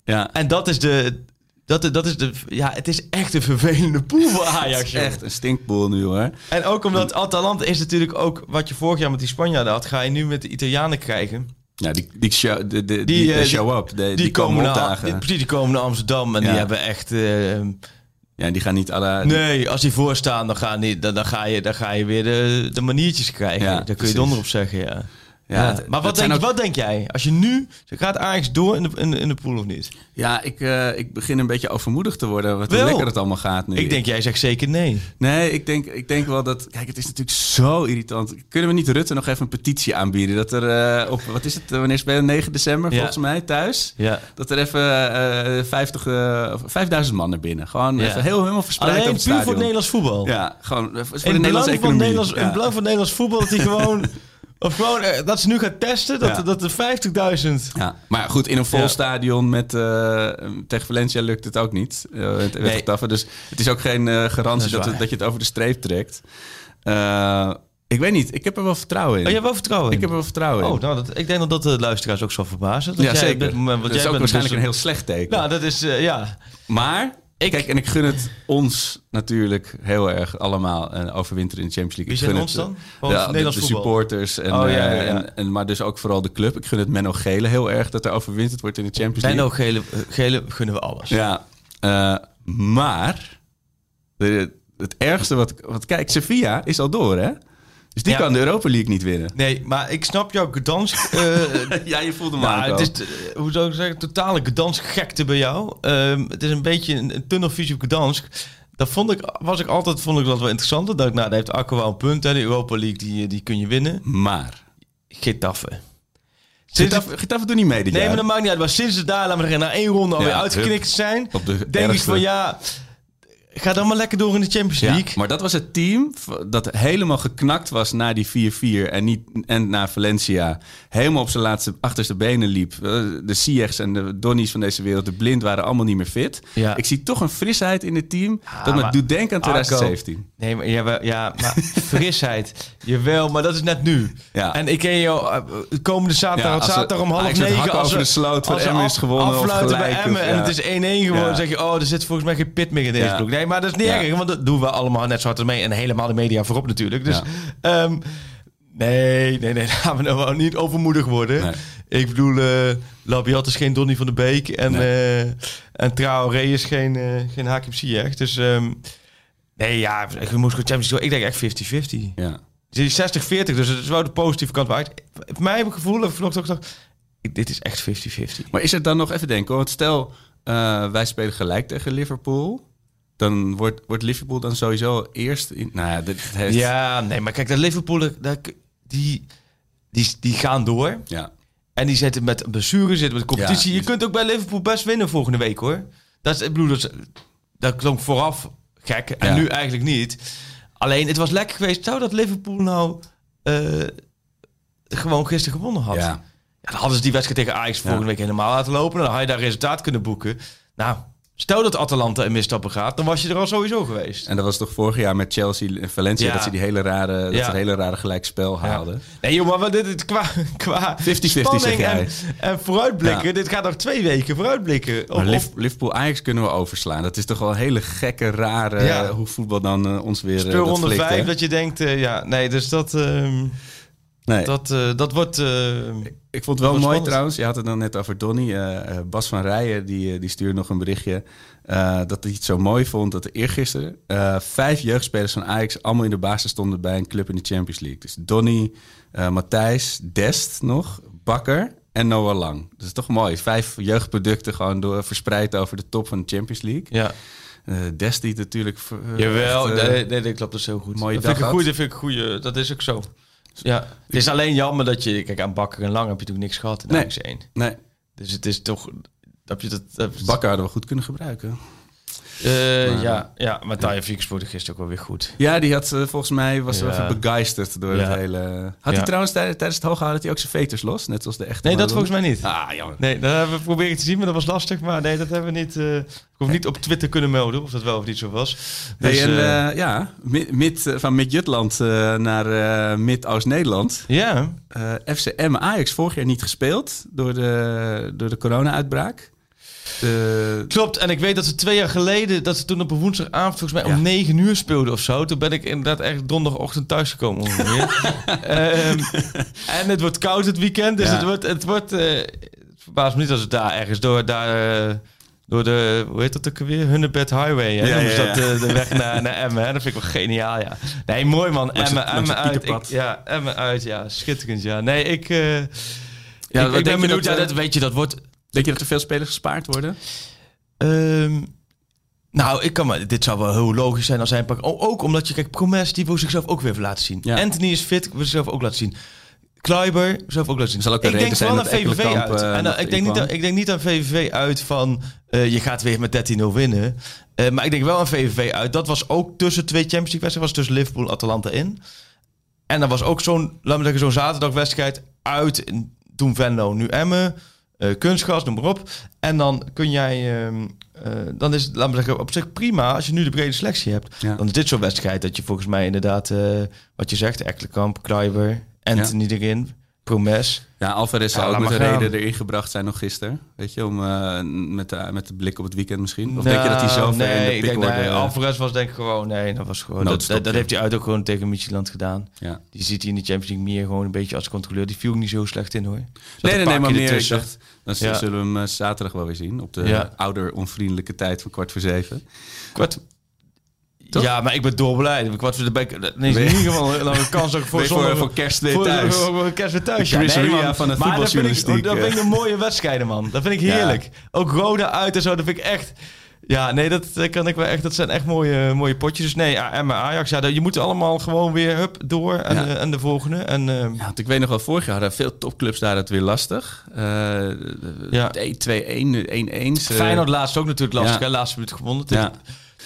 Ja.
En dat is de... Dat, dat is de, ja, het is echt een vervelende poel voor
Het
Ajax.
is
joh.
echt een stinkboel nu hoor.
En ook omdat Atalanta is natuurlijk ook... wat je vorig jaar met die Spanjaarden had... ga je nu met de Italianen krijgen.
Ja, die, die show, de, de, die,
eh,
de
die-
show-up, de- die, komen,
naar,
opdagen.
die- Precies, die komen naar Amsterdam. En
Ja.
die hebben echt... eh,
Ja, die gaan niet alle.
Nee, als die voorstaan, dan, gaan die, dan, dan, ga, je, dan ga je weer de, de maniertjes krijgen.
Ja,
Daar kun je
precies.
donder op zeggen, ja.
Ja,
Ja,
het-
maar
dat
wat
zijn
denk,
ook-
wat denk jij? Als je nu... Gaat Ajax door in de, in, de- in de pool of niet?
Ja, ik, eh, ik begin een beetje overmoedig te worden. Wat hoe
Wel.
lekker het allemaal gaat nu.
Ik denk, jij zegt zeker nee.
Nee, ik denk, ik denk wel dat. Kijk, het is natuurlijk zo irritant. Kunnen we niet Rutte nog even een petitie aanbieden? Dat er eh, op. Wat is het? eh, Wanneer spelen? 9 december
Ja.
volgens mij thuis.
Ja.
Dat er even eh, 50, eh, of 5000 man naar binnen. Gewoon
Ja.
even heel helemaal verspreid
Alleen
over
puur
het
voor het
stadion.
Nederlands voetbal.
Ja, gewoon eh, voor de
in het belang
Nederlandse
van
economie.
Nederlands, in
Ja.
het belang van Nederlands voetbal dat hij gewoon... Of gewoon eh, dat ze nu gaat testen. Dat,
Ja. Oh,
dat er 50.000...
Ja, maar goed, in een vol
Ja.
stadion met, eh, tegen Valencia lukt het ook niet. Eh, het werd
Nee.
getroffen, dus het is ook geen eh, garantie
is
dat, het-
waar.
dat je het over de streep trekt. Eh, ik weet niet, ik heb er wel vertrouwen
Oh,
in.
jij hebt wel vertrouwen in?
Ik heb er wel vertrouwen in.
Oh, nou, dat, ik denk dat dat de luisteraars ook zal verbazen. Dat
ja,
jij op
zeker.
dit moment, want
dat is
jij
ook
bent
waarschijnlijk
dus-
een heel slecht teken.
Nou, dat is... eh, ja.
maar, kijk, en ik gun het ons natuurlijk heel erg allemaal een overwinter in de Champions League.
Wie
Ik
zijn
gun
ons
het,
dan?
eh,
Gewoon
ja,
het
de,
Nederlands
de
voetbal.
supporters, en,
Oh, ja, ja,
eh,
ja.
En, en, maar dus ook vooral de club. Ik gun het Menno Gele heel erg dat er overwinterd wordt in de Champions League.
Zijn ook gele, gele gunnen we alles.
Ja, eh, maar de- het ergste wat ik... Want kijk, Sevilla is al door, hè? Dus die
Ja.
kan de Europa League niet winnen.
Nee, maar ik snap jouw gedansk... eh,
ja, je voelt hem
Nou,
aankomen.
het is, eh, hoe zou ik zeggen, totale gedansgekte bij jou. Ehm, het is een beetje een, een tunnelvisie op Gdansk. Dat vond ik, was ik altijd vond ik dat wel interessant. Dat ik, nou, daar heeft Akko wel een punt. Hè, de Europa League, die, eh, die kun je winnen.
Maar...
Getafe. Sinds het-
Getafe Getafe doet niet mee dit
nee,
jaar.
maar dat maakt niet uit. Maar sinds ze daar, laten we er na één ronde alweer
Ja,
uitgeknikt
hup.
zijn...
Op de
denk ik
ergste.
van, ja, ga dan maar lekker door in de Champions
Ja,
League.
maar dat was het team v- dat helemaal geknakt was na die 4-4 en, niet, en na Valencia. Helemaal op zijn laatste achterste benen liep. Eh, De Siers en de Donnies van deze wereld, de Blind, waren allemaal niet meer fit.
Ja.
Ik zie toch een frisheid in het team dat me
maar-
doet denken aan
Arco.
2017.
Nee, maar, ja, wel- ja, maar frisheid. Jawel, maar dat is net nu.
Ja.
En ik ken jou eh, komende zaterdag,
Ja, als ze-
zaterdag om half
Ajax met
negen.
hakken over de sloot van
als ze
Emmen
af-
is gewonnen of
Afluiten bij
gelijk,
Emmen
of-
en
ja.
het is 1-1 gewoon.
Ja.
zeg je, oh, er zit volgens mij geen pit meer in deze
Ja.
ploeg. Nee, maar dat is niet
Ja.
erg, want dat doen we allemaal net zo hard mee. En helemaal de media voorop natuurlijk. Dus, ehm, nee, nee, nee, laten we nou wel niet overmoedig worden.
Nee.
Ik bedoel, eh, Labiat is geen Donny van de Beek en, eh en Traoré is geen, eh geen Hakim Ziyech. Dus... ehm, Nee, ja, je moet gewoon Champions League. Ik denk echt 50-50.
Ja.
Het is 60-40, dus het is wel de positieve kant waard. Voor mij heb ik het gevoel, heb ik vanochtend ook gedacht, ik- dit is echt 50-50.
Maar is het dan nog even denken? hoor, Want stel, eh, wij spelen gelijk tegen Liverpool. Dan wordt, wordt Liverpool dan sowieso eerst... In, nou ja, dit heeft...
Ja, nee, maar kijk, dat Liverpool, daar- die, die, die gaan door.
ja.
En die zitten met blessures, zitten met competitie.
Ja.
je kunt ook bij Liverpool best winnen volgende week, hoor. Dat, is, ik bedoel, dat, is- dat klonk vooraf gek en
Ja.
nu eigenlijk niet. Alleen, het was lekker geweest, zou dat Liverpool nou eh, gewoon gisteren gewonnen had.
Ja.
Ja, dan hadden ze die wedstrijd tegen Ajax volgende
Ja.
week helemaal laten lopen. Dan had je daar resultaat kunnen boeken. Nou, stel dat Atalanta in misstappen gaat, dan was je er al sowieso geweest.
En dat was toch vorig jaar met Chelsea en Valencia...
Ja.
dat ze die hele rare, dat
Ja.
ze een hele rare gelijkspel haalden.
Nee joh, maar wat dit, dit qua, qua
50-50 zeg
spanning
jij.
en, en vooruitblikken,
Ja.
dit gaat nog twee weken vooruitblikken. Op-
Maar
op-
Liv- Liverpool-Ajax kunnen we overslaan. Dat is toch wel een hele gekke, rare...
Ja.
hoe voetbal dan eh, ons weer... eh, dat
speelronde
flikt, hè?
5, dat je denkt, eh, ja, nee, dus dat, ehm,
Nee.
dat, eh, dat wordt... eh,
Ik vond het wel
Dat was spannend.
mooi trouwens. Je had het dan net over Donny. Eh, eh, Bas van Rijen die, eh, die stuurde nog een berichtje. eh, dat hij het zo mooi vond dat er eergisteren eh, vijf jeugdspelers van Ajax allemaal in de basis stonden bij een club in de Champions League. Dus Donny, eh, Matthijs, Dest nog, Bakker en Noah Lang. Dat is toch mooi. Vijf jeugdproducten gewoon door, verspreid over de top van de Champions League.
ja.
Eh, Dest die het natuurlijk... ver-
Jawel,
echt, eh,
nee, nee, dat klopt, dat is heel goed.
mooie
dat, vind
dag
ik een
had.
goeie, dat vind ik een goeie, dat is ook zo. Ja, het is alleen jammer dat je, kijk, aan Bakker en Lang heb je natuurlijk niks gehad in
Nee.
Ajax 1.
nee,
Dus het is toch. Heb je dat. heb je-
Bakker hadden we goed kunnen gebruiken.
Eh, ja, ja, maar Taya Fieks speelde gisteren ook wel weer goed.
Ja, die had eh, volgens mij was
Ja.
even begeisterd door
Ja.
het hele.
Ja.
Had hij trouwens tij- tijdens het hooghouden had hij ook zijn veters los, net als de echte.
Nee, dat
Maradona?
volgens mij niet.
Ah, jammer.
Nee, dat hebben we proberen te zien, maar dat was lastig. Maar nee, dat hebben we niet. eh ik hoef niet op Twitter kunnen melden of dat wel of niet zo was.
Hey,
Dus,
en,
eh,
eh, ja, mi- mid, eh, van Mid-Jutland eh, naar eh, Mid-Oost-Nederland.
ja,
Eh FCM Ajax vorig jaar niet gespeeld door de, door de corona-uitbraak. De,
klopt. En ik weet dat ze twee jaar geleden, dat ze toen op een woensdagavond volgens mij om
Ja.
negen uur speelden of zo. Toen ben ik inderdaad echt donderdagochtend thuisgekomen ongeveer. Ehm, en het wordt koud het weekend, dus
Ja.
het wordt, het wordt. eh, het verbaast me niet als het daar ergens door daar. eh, Door de, hoe heet dat ook weer? Hunnebed Highway. Hè? Ja,
Ja, ja, ja.
dat eh, de, de weg naar, naar Emmen. Hè? Dat vind ik wel geniaal, ja. Nee, mooi man.
Langs het-
Emmen,
langs
Emmen
het
uit. Ik,
Pieterpad.
ja, Emmen uit, ja. Schitterend, ja. Nee, ik... eh,
Ja,
ik, ik ben
denk,
benieuwd. ja,
je dat, eh,
dat weet je, dat wordt...
denk je dat er veel spelers gespaard worden?
Ehm, nou, ik kan maar, dit zou wel heel logisch zijn als hij pakt. O- Ook omdat je, kijk, Promes die wil zichzelf ook weer even laten zien.
Ja.
Anthony is fit, wil zichzelf ook laten zien. Kluiber wil zichzelf ook laten zien.
Zal ook de
ik denk
reden zijn
vooral
dat
aan VVV
Ekkelenkamp,
uit.
eh,
En, dan-
dat
ik, denk niet
inkwam.
aan, ik denk niet aan VVV uit van eh, je gaat weer met 13-0 winnen. Eh, maar ik denk wel aan VVV uit. Dat was ook tussen twee Champions League wedstrijden, was tussen Liverpool en Atalanta in. En dat was ook zo'n, laat me zeggen, zo'n zaterdagwedstrijd uit. in- Toen Venlo, nu Emmen. eh, kunstgas, noem maar op. En dan kun jij, ehm, eh, dan is het, laat me zeggen, op zich prima als je nu de brede selectie hebt.
Ja.
Dan is dit zo'n wedstrijd dat je volgens mij inderdaad, eh, wat je zegt, Ekkelenkamp, Kluiber, Anthony erin, Promes.
Ja, Alvarez
Ja,
zou ook
laat
met een
maar gaan.
reden erin gebracht zijn nog gisteren. Weet je, om, eh, met, de, met de blik op het weekend misschien. Of denk je dat hij zo
Nou,
ver
nee,
in
ik
de pik
denk, nee,
wordt? eh,
Alvarez was denk ik gewoon, nee, dat was gewoon, dat, dat,
Noodstopje.
dat heeft hij uit ook gewoon tegen Micheland gedaan.
ja.
Die ziet hij in de Champions League meer gewoon een beetje als controleur. Die viel niet zo slecht in hoor. Zat
Nee,
een
nee,
paar
nee, maar
keer
meer. Ik
ertussen.
dacht, dan z-
Ja.
zullen we hem eh, zaterdag wel weer zien. Op de
Ja.
ouder onvriendelijke tijd van kwart voor zeven.
Kwart.
Toch?
Ja, maar ik ben dolblij. Kwart voor de bek. Nee,
Ben
in
je-
ieder geval een lange kans ook voor
Voor, voor,
zondag.
voor kerst weer
voor-
thuis.
voor- voor kerst weer thuis.
Chris Ria
man.
van de
Maar dat vind ik- oh,
voetbaljournalistiek,
Dat
eh.
vind ik een mooie wedstrijden, man. Dat vind ik
Ja.
heerlijk. Ook Roda uit en zo. Dat vind ik echt. Ja, nee, dat eh, kan ik wel echt. Dat zijn echt mooie, mooie potjes. Dus nee, ja, Emma Ajax. Ja, dat- je moet allemaal gewoon weer hup door en,
Ja. Eh,
eh, en de volgende. En ehm,
Ja, want ik weet nog wel, vorig jaar hadden veel topclubs daar het weer lastig. Eh
Ja.
ja. 2-1, nu 1-1. eh,
Feyenoord laatst ook natuurlijk lastig.
ja.
Hè? Laatste minuut gewonnen.
Ja.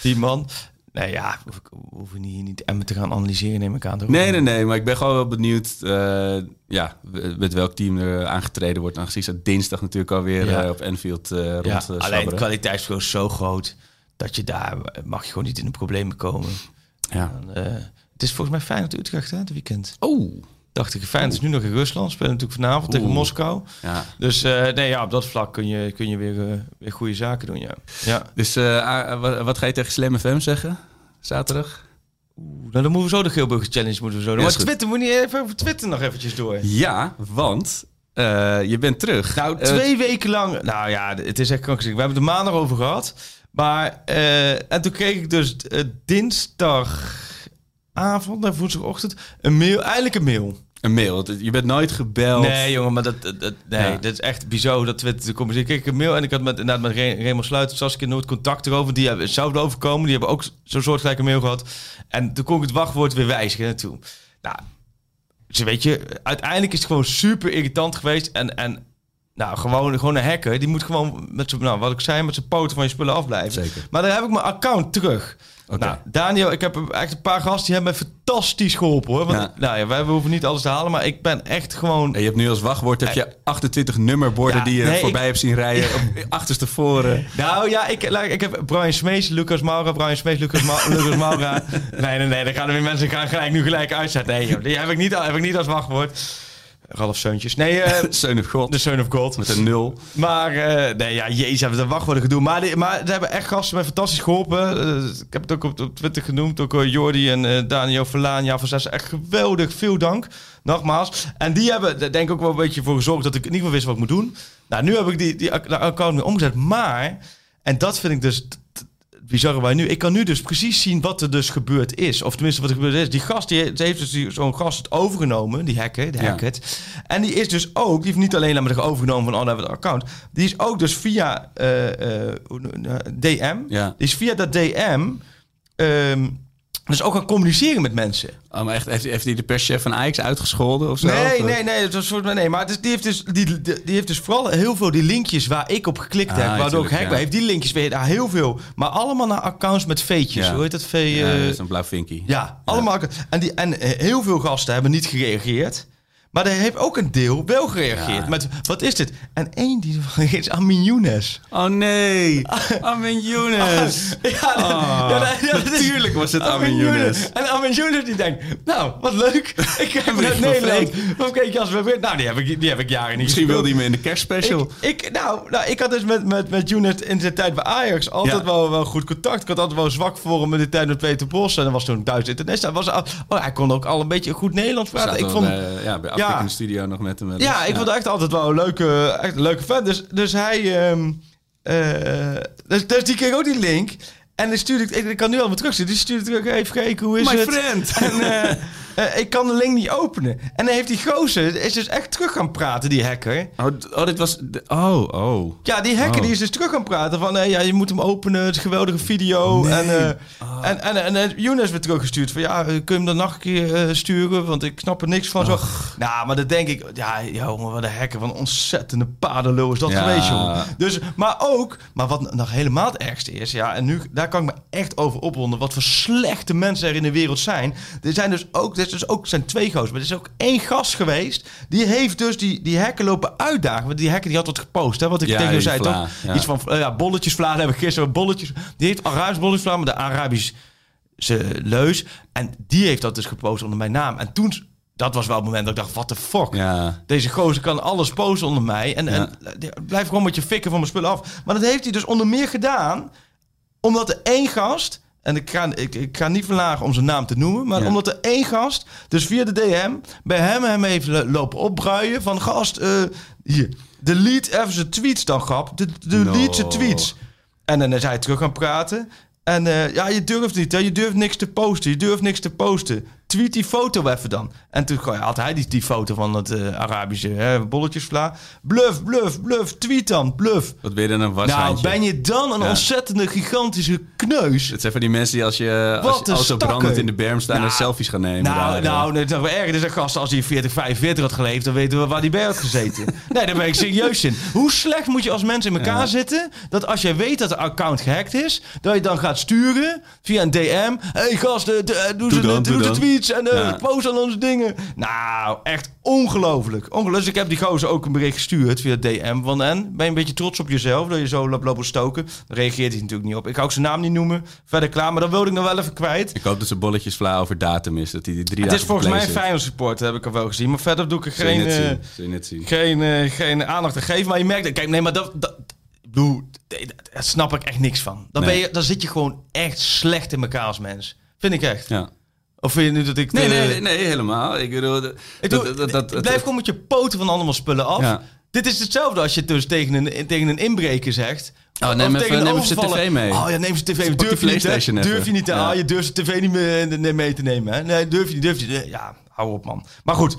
Die man. Nee, ja, hoef ik- we hoeven hier niet Emmen te gaan analyseren, neem ik aan. toch?
Nee, nee, nee, maar ik ben gewoon wel benieuwd eh, ja, w- met welk team er eh, aangetreden wordt. Aangezien ze dinsdag natuurlijk alweer
Ja.
eh, op Enfield eh rond eh,
Ja, alleen het
sabberen.
kwaliteitsverschil is zo groot dat je daar eh, mag je gewoon niet in de problemen komen.
Ja.
Eh, het is volgens mij Feyenoord Utrecht hè, het weekend.
Oh,
Dacht ik, Feyenoord is nu nog in Rusland, spelen natuurlijk vanavond tegen
Oeh.
Moskou.
ja.
Dus eh, nee, ja, op dat vlak kun je, kun je weer, eh, weer goede zaken doen, ja. ja.
Dus eh, A- wat, wat ga je tegen Slam FM zeggen? Zaterdag?
Nou, dan moeten we zo de Geelburger Challenge moeten we zo doen.
Ja, is
maar
goed.
Twitter, moet je niet even over Twitter nog eventjes door.
Ja, want eh, je bent terug.
Nou,
Eh,
twee weken lang. Nou ja, het is echt krankzinnig. We hebben het er maandag over gehad. Maar, eh, en toen kreeg ik dus eh, dinsdagavond en woensdagochtend een mail. Eindelijk een mail.
een mail. Je bent nooit gebeld.
Nee, jongen, maar dat, dat, dat- nee,
Ja.
dat is echt bizar. Dat Twitter te communiceren. Ik kreeg een mail en ik had met, inderdaad met Re- Raymond Sluit, Saskia Noord contact erover. Die hebben, zouden overkomen. Die hebben ook zo'n soortgelijke mail gehad. En toen kon ik het wachtwoord weer wijzigen naartoe. Nou, ze weet je, uiteindelijk is het gewoon super irritant geweest. En, en nou, gewoon, gewoon een hacker. Die moet gewoon met zijn, nou, wat ik zei, met zijn poten van je spullen afblijven.
Zeker.
Maar daar heb ik mijn account terug.
Oké.
Nou, Daniel, ik heb echt een paar gasten die hebben me fantastisch geholpen hoor. Want,
Ja.
Nou ja, wij hoeven niet alles te halen, maar ik ben echt gewoon
Nee, Je hebt nu als wachtwoord heb je 28 nummerborden
Ja,
die je
nee,
voorbij
ik-
hebt zien rijden. op- Achterstevoren.
Nou ja, ik, laat- ik heb Brian Smees, Lucas Maura, Brian Smees, Lucas, Ma Lucas Maura. Nee, nee, nee, dan gaan er weer mensen gaan gelijk nu gelijk uitzetten. Nee, joh, die heb ik niet, heb ik niet als wachtwoord. Ralf Seuntjes. Nee, eh
Seun of God.
de Son of God.
met een nul.
Maar, eh, nee, ja, jezus, hebben we de wachtwoorden gedoe. Maar, die- maar ze hebben echt gasten mij fantastisch geholpen. Eh, ik heb het ook op, op Twitter genoemd. Ook eh, Jordi en eh, Daniel Verlaan. Ja, van zes. Echt geweldig. Veel dank. Nogmaals. En die hebben er denk ik ook wel een beetje voor gezorgd dat ik in ieder geval wist wat ik moet doen. Nou, nu heb ik die, die ac- account weer omgezet. Maar, en dat vind ik dus t- t- het bizarre bij nu. Ik kan nu dus precies zien wat er dus gebeurd is. Of tenminste wat er gebeurd is. Die gast, die heeft, ze heeft dus die- zo'n gast het overgenomen. Die hacker, die
Ja.
hacker. Het. En die is dus ook, die heeft niet alleen laat maar zeggen, overgenomen van Anna het account. Die is ook dus via eh, eh, hoe noem- eh, DM.
Ja.
Die is via dat DM. ehm, dus ook gaan communiceren met mensen.
Oh, maar echt, heeft, heeft hij de perschef van Ajax uitgescholden of zo? Of,
Nee,
eh,
nee, nee. Het was voor, nee maar het is, die, heeft dus, die, die die heeft dus vooral heel veel die linkjes waar ik op geklikt
Ah,
heb. Waardoor ik
natuurlijk,
hack
ja.
heeft die linkjes weer daar heel veel. Maar allemaal naar accounts met veetjes.
Ja.
Hoe heet dat? V, eh,
Ja, dat is een blauw vinkie.
ja, allemaal. En, die, en heel veel gasten hebben niet gereageerd. Maar er heeft ook een deel wel gereageerd.
Ja.
Met wat is dit? En één die is Amin Younes.
Oh nee, Oh, Amin
Oh,
Younes.
Ja, dat-
Ah,
ja, dat- ja, dat is-
natuurlijk was het Amin Younes.
En Amin Younes die denkt, nou, wat leuk. Ik kijk
Bericht
naar
van
Nederland. Waarom keek je als we Nou, die heb ik, die heb ik jaren niet
Misschien wilde
gesproken.
hij me in de kerstspecial.
Ik, ik, nou, nou, ik had dus met, met, met Younes in zijn tijd bij Ajax altijd
Ja.
wel, wel goed contact. Ik had altijd wel zwak voor hem in de tijd met Peter Bos. En dat was toen Duits international. Was, al- oh, hij kon ook al een beetje goed Nederlands
We
praten.
zaten
Ik
wel
vond,
bij, eh, ja, bij Afrik
Ja.
in de studio nog met hem. wel eens.
ja, ik vond echt altijd wel een leuke, echt een leuke fan. Dus, dus hij, ehm, Eh, dus, dus die kreeg ook die link. En dan stuurde ik, ik, ik kan nu allemaal terugzien. Dus stuurde ik ook even kijken hoe is
My
het.
friend!
En, eh, eh, ik kan de link niet openen. En dan heeft die gozer, is dus echt terug gaan praten, die hacker.
Oh, d- oh, dit was... de- Oh, oh.
Ja, die hacker
Oh.
die is dus terug gaan praten van... eh, ja, je moet hem openen, het is een geweldige video. En, eh,
Ah.
en, en, en, eh, Younes werd teruggestuurd van... ja, eh, kun je hem dan nog een keer eh, sturen? Want ik snap er niks van. Zo. Nou, maar dat denk ik... ja, jongen, wat een hacker. Wat een ontzettende padenlul is dat
Ja.
geweest, jongen. Dus, maar ook... maar wat nog helemaal het ergste is... ja, en nu, daar kan ik me echt over opwonden... wat voor slechte mensen er in de wereld zijn. Er zijn dus ook... er is dus ook, er zijn twee goos, maar er is ook één gast geweest... die heeft dus die, die hacker lopen uitdagen. Want die hacker die had wat gepost, hè? Wat ik
Ja,
tegen jou
die
zei,
vla,
toch?
ja.
Iets van eh, ja, bolletjesvla, daar heb ik gisteren bolletjes. Die heet Arabisch bolletjesvla, maar de Arabisch ze leus. En die heeft dat dus gepost onder mijn naam. En toen, dat was wel het moment dat ik dacht, what the fuck.
Ja.
Deze gozer kan alles posten onder mij. En, en eh, blijf gewoon met je fikken van mijn spullen af. Maar dat heeft hij dus onder meer gedaan. Omdat er één gast... En ik ga, ik, ik ga niet verlagen om zijn naam te noemen. Maar
Ja.
omdat er één gast, dus via de DM... bij hem hem heeft lo- lopen opbruien van... Gast, eh hier, delete even zijn tweets dan, grap. De, delete
No.
zijn tweets. En dan is hij terug gaan praten. En eh, ja, je durft niet, hè? je durft niks te posten, je durft niks te posten. Tweet die foto even dan. En toen gooi- had hij die, die foto van het eh, Arabische hè, bolletjesvla. Bluff, bluff, bluff, tweet dan, bluff.
Wat ben je dan een
Nou,
washandje?
ben je dan een
Ja.
ontzettende gigantische kneus?
Het zijn van die mensen die als je
Wat
als,
een
als ze
stakker.
brandend in de berm staan en
Nou,
selfies gaan nemen.
Nou,
daar, eh.
nou, dat is nog wel erg. Dus een gast, als hij 40, 45 had geleefd, dan weten we waar die bij had gezeten. nee, daar ben ik serieus in. Hoe slecht moet je als mensen in elkaar
Ja.
zitten, dat als jij weet dat de account gehackt is, dat je dan gaat sturen via een DM. Hé hey, gast, eh, d- eh, doe, ze,
dan,
doe,
doe
ze
dan.
tweets en eh,
Ja.
post aan onze dingen. Nou, echt ongelooflijk. Ongelooflijk. Dus ik heb die gozer ook een bericht gestuurd via DM. Van en, ben je een beetje trots op jezelf dat je zo loopt lopen stoken? Daar reageert hij natuurlijk niet op. Ik ga ook zijn naam niet noemen. Verder klaar, maar dat wilde ik nog wel even kwijt.
Ik hoop dat ze bolletjes vla over datum is. Dat hij die drie
Het is
dagen
volgens mij een
verpleegd zit.
Feyenoord supporter, heb ik al wel gezien. Maar verder doe ik er
Zul je
geen,
net
eh,
zien. Zul je net zien.
geen, eh, geen aandacht aan geven. Maar je merkt, dat- kijk, nee, maar dat, dat, ik bedoel, daar snap ik echt niks van. Dan,
Nee.
ben je, dan zit je gewoon echt slecht in elkaar als mens. Vind ik echt.
Ja.
Of vind je nu dat ik...
Nee,
de-
nee, nee, nee, helemaal. Ik bedoel, dat-
Ik doe,
dat- dat- dat-
blijf gewoon met je poten van allemaal spullen af.
Ja.
Dit is hetzelfde als je het dus tegen een, tegen een inbreker zegt.
Oh, neem
Of
even-
tegen een
neem even zijn
overvaller.
tv mee.
Oh ja, neem zijn tv mee.
Pak die
Durf je, niet, hè?
PlayStation even.
durf je niet. hè?
Ja.
Ah, je durft zijn tv niet mee, mee te nemen. Hè? Nee, durf je niet. Durf je, niet. ja, hou op man. Maar goed,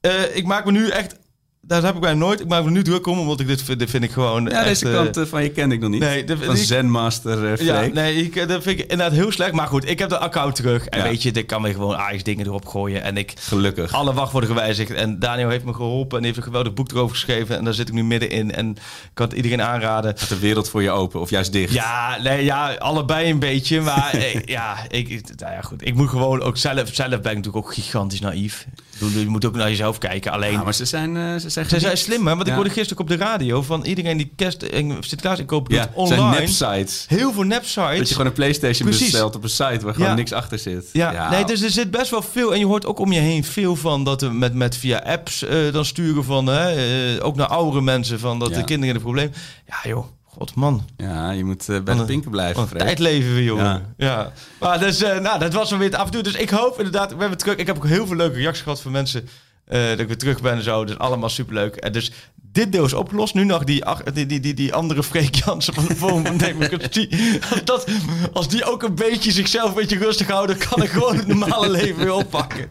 eh, ik maak me nu echt... Daar heb ik mij nooit. Ik maak me nu druk om, omdat ik dit, vind- dit vind ik gewoon
Ja,
echt,
deze
eh,
kant eh, van je ken ik nog niet.
nee, de-
van
die-
Zenmaster eh,
ja,
Freek.
nee, ik, dat vind ik inderdaad heel slecht. Maar goed, ik heb de account terug. En
Ja.
weet je, ik kan weer gewoon Ajax dingen erop gooien. En ik,
Gelukkig.
alle wachtwoorden gewijzigd. En Daniel heeft me geholpen en heeft een geweldig boek erover geschreven. En daar zit ik nu middenin. En ik kan het iedereen aanraden.
Gaat de wereld voor je open of juist dicht.
Ja, nee, ja, allebei een beetje. Maar eh, ja, ik, ik- nou ja, goed. Ik moet gewoon ook zelf, zelf ben ik natuurlijk ook gigantisch naïef. Ik bedoel, Je moet ook naar jezelf kijken. Alleen,
Ja, maar ze zijn, eh, ze zijn
ze zijn
geniet.
slim, hè? Want ik
Ja.
hoorde gisteren ook op de radio van iedereen die kerst en Sinterklaas inkopen doet
Ja, het zijn
online.
nepsites.
Heel veel
Dat
nepsites.
je gewoon een Playstation
Precies.
bestelt op een site waar gewoon
Ja.
niks achter zit.
Ja, nee, dus er zit best wel veel. En je hoort ook om je heen veel van dat we met, met via apps eh, dan sturen van, hè, eh, ook naar oudere mensen, van dat
Ja.
de kinderen in een probleem. Ja, joh, god man.
ja, je moet eh, bij
Wat
de
een-
pinken blijven,
Wat een
Freek.
tijd leven we, jongen.
Ja.
Ja. Maar dus, eh, nou, dat was wel weer het avontuur. Dus ik hoop inderdaad, ik ben weer terug. Ik heb ook heel veel leuke reacties gehad van mensen eh, dat ik weer terug ben en zo. Dus allemaal superleuk. En dus dit deel is opgelost. Nu nog die, ach- die, die, die, die andere Freek Jansen van de Vorm van Democratie. Als dat, als die ook een beetje zichzelf een beetje rustig houden, kan ik gewoon het normale leven weer oppakken.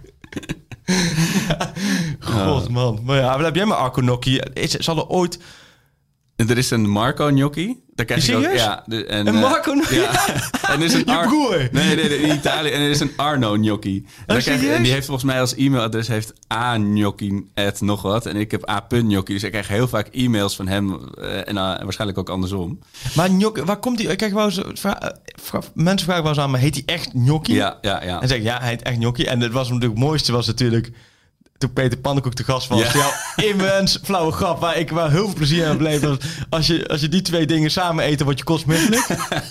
God man. Maar ja, wat heb jij maar Arco Nokkie? Is, zal er ooit...
En er is een Marco Gnocchi. Daar krijg
Is
ik ook,
serieus?
ja, de- en,
Een
eh,
Marco Gnocchi?
en er is een
Je broer. Oh,
Nee, nee, nee, in Italië. En er is een Arno Gnocchi. En, daar krijg ik- en
serieus?
die heeft volgens mij als e-mailadres heeft a Gnocchi at nog wat. En ik heb a Gnocchi. Dus ik krijg heel vaak e-mails van hem. eh, en eh, waarschijnlijk ook andersom.
Maar Gnocchi, waar komt die? Kijk, wou eens, vra- eh, vra- mensen vragen wel eens aan me, heet die echt Gnocchi?
Ja, ja, ja.
Hm? En zeg ik, ja, hij heet echt Gnocchi. En het was natuurlijk, het mooiste was natuurlijk toen Peter Pannenkoek te gast was.
Ja.
Jouw immens flauwe grap, waar ik wel heel veel plezier aan beleefd was. Als je, als je die twee dingen samen eten, word je kostmisselijk.
Ja,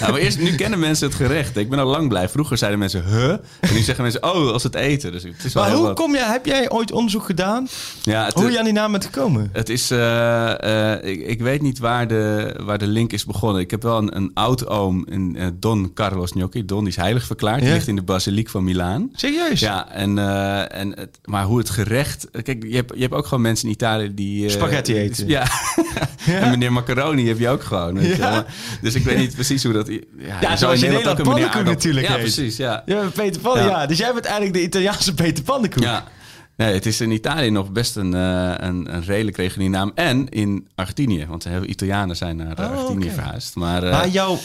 Nou, maar eerst, nu kennen mensen het gerecht. Ik ben al lang blij. Vroeger zeiden mensen, huh? En nu zeggen mensen, oh, als het eten. Dus het is wel
Maar
heel
hoe
wat.
kom jij, heb jij ooit onderzoek gedaan?
Ja, het,
Hoe je aan die naam bent gekomen?
Het is, eh, eh, ik, ik weet niet waar de, waar de link is begonnen. Ik heb wel een, een oud oom, een, eh, Don Carlos Gnocchi. Don die is heilig verklaard. Die
Ja.
ligt in de basiliek van Milaan.
Serieus?
Ja, en, eh, en het, maar hoe het gerecht... eh, Kijk, je hebt, je hebt ook gewoon mensen in Italië die... eh,
Spaghetti eten.
Ja. en meneer Macaroni heb je ook gewoon. weet je wel. Maar- Dus ik weet niet precies hoe dat... Ja, je zou
zoals in
ook
Nederland
een meneer
pannenkoek
aardappel-
natuurlijk
Ja,
heet.
precies. Ja.
Ja, Peter Pan, ja.
Ja.
Dus jij bent eigenlijk de Italiaanse Peter Pannenkoek.
Ja. Nee, het is in Italië nog best een, eh, een, een redelijk reguliere naam. En in Argentinië, want heel veel Italianen zijn naar eh,
Oh,
Argentinië
oké.
verhuisd. Maar, eh,
Maar jouw...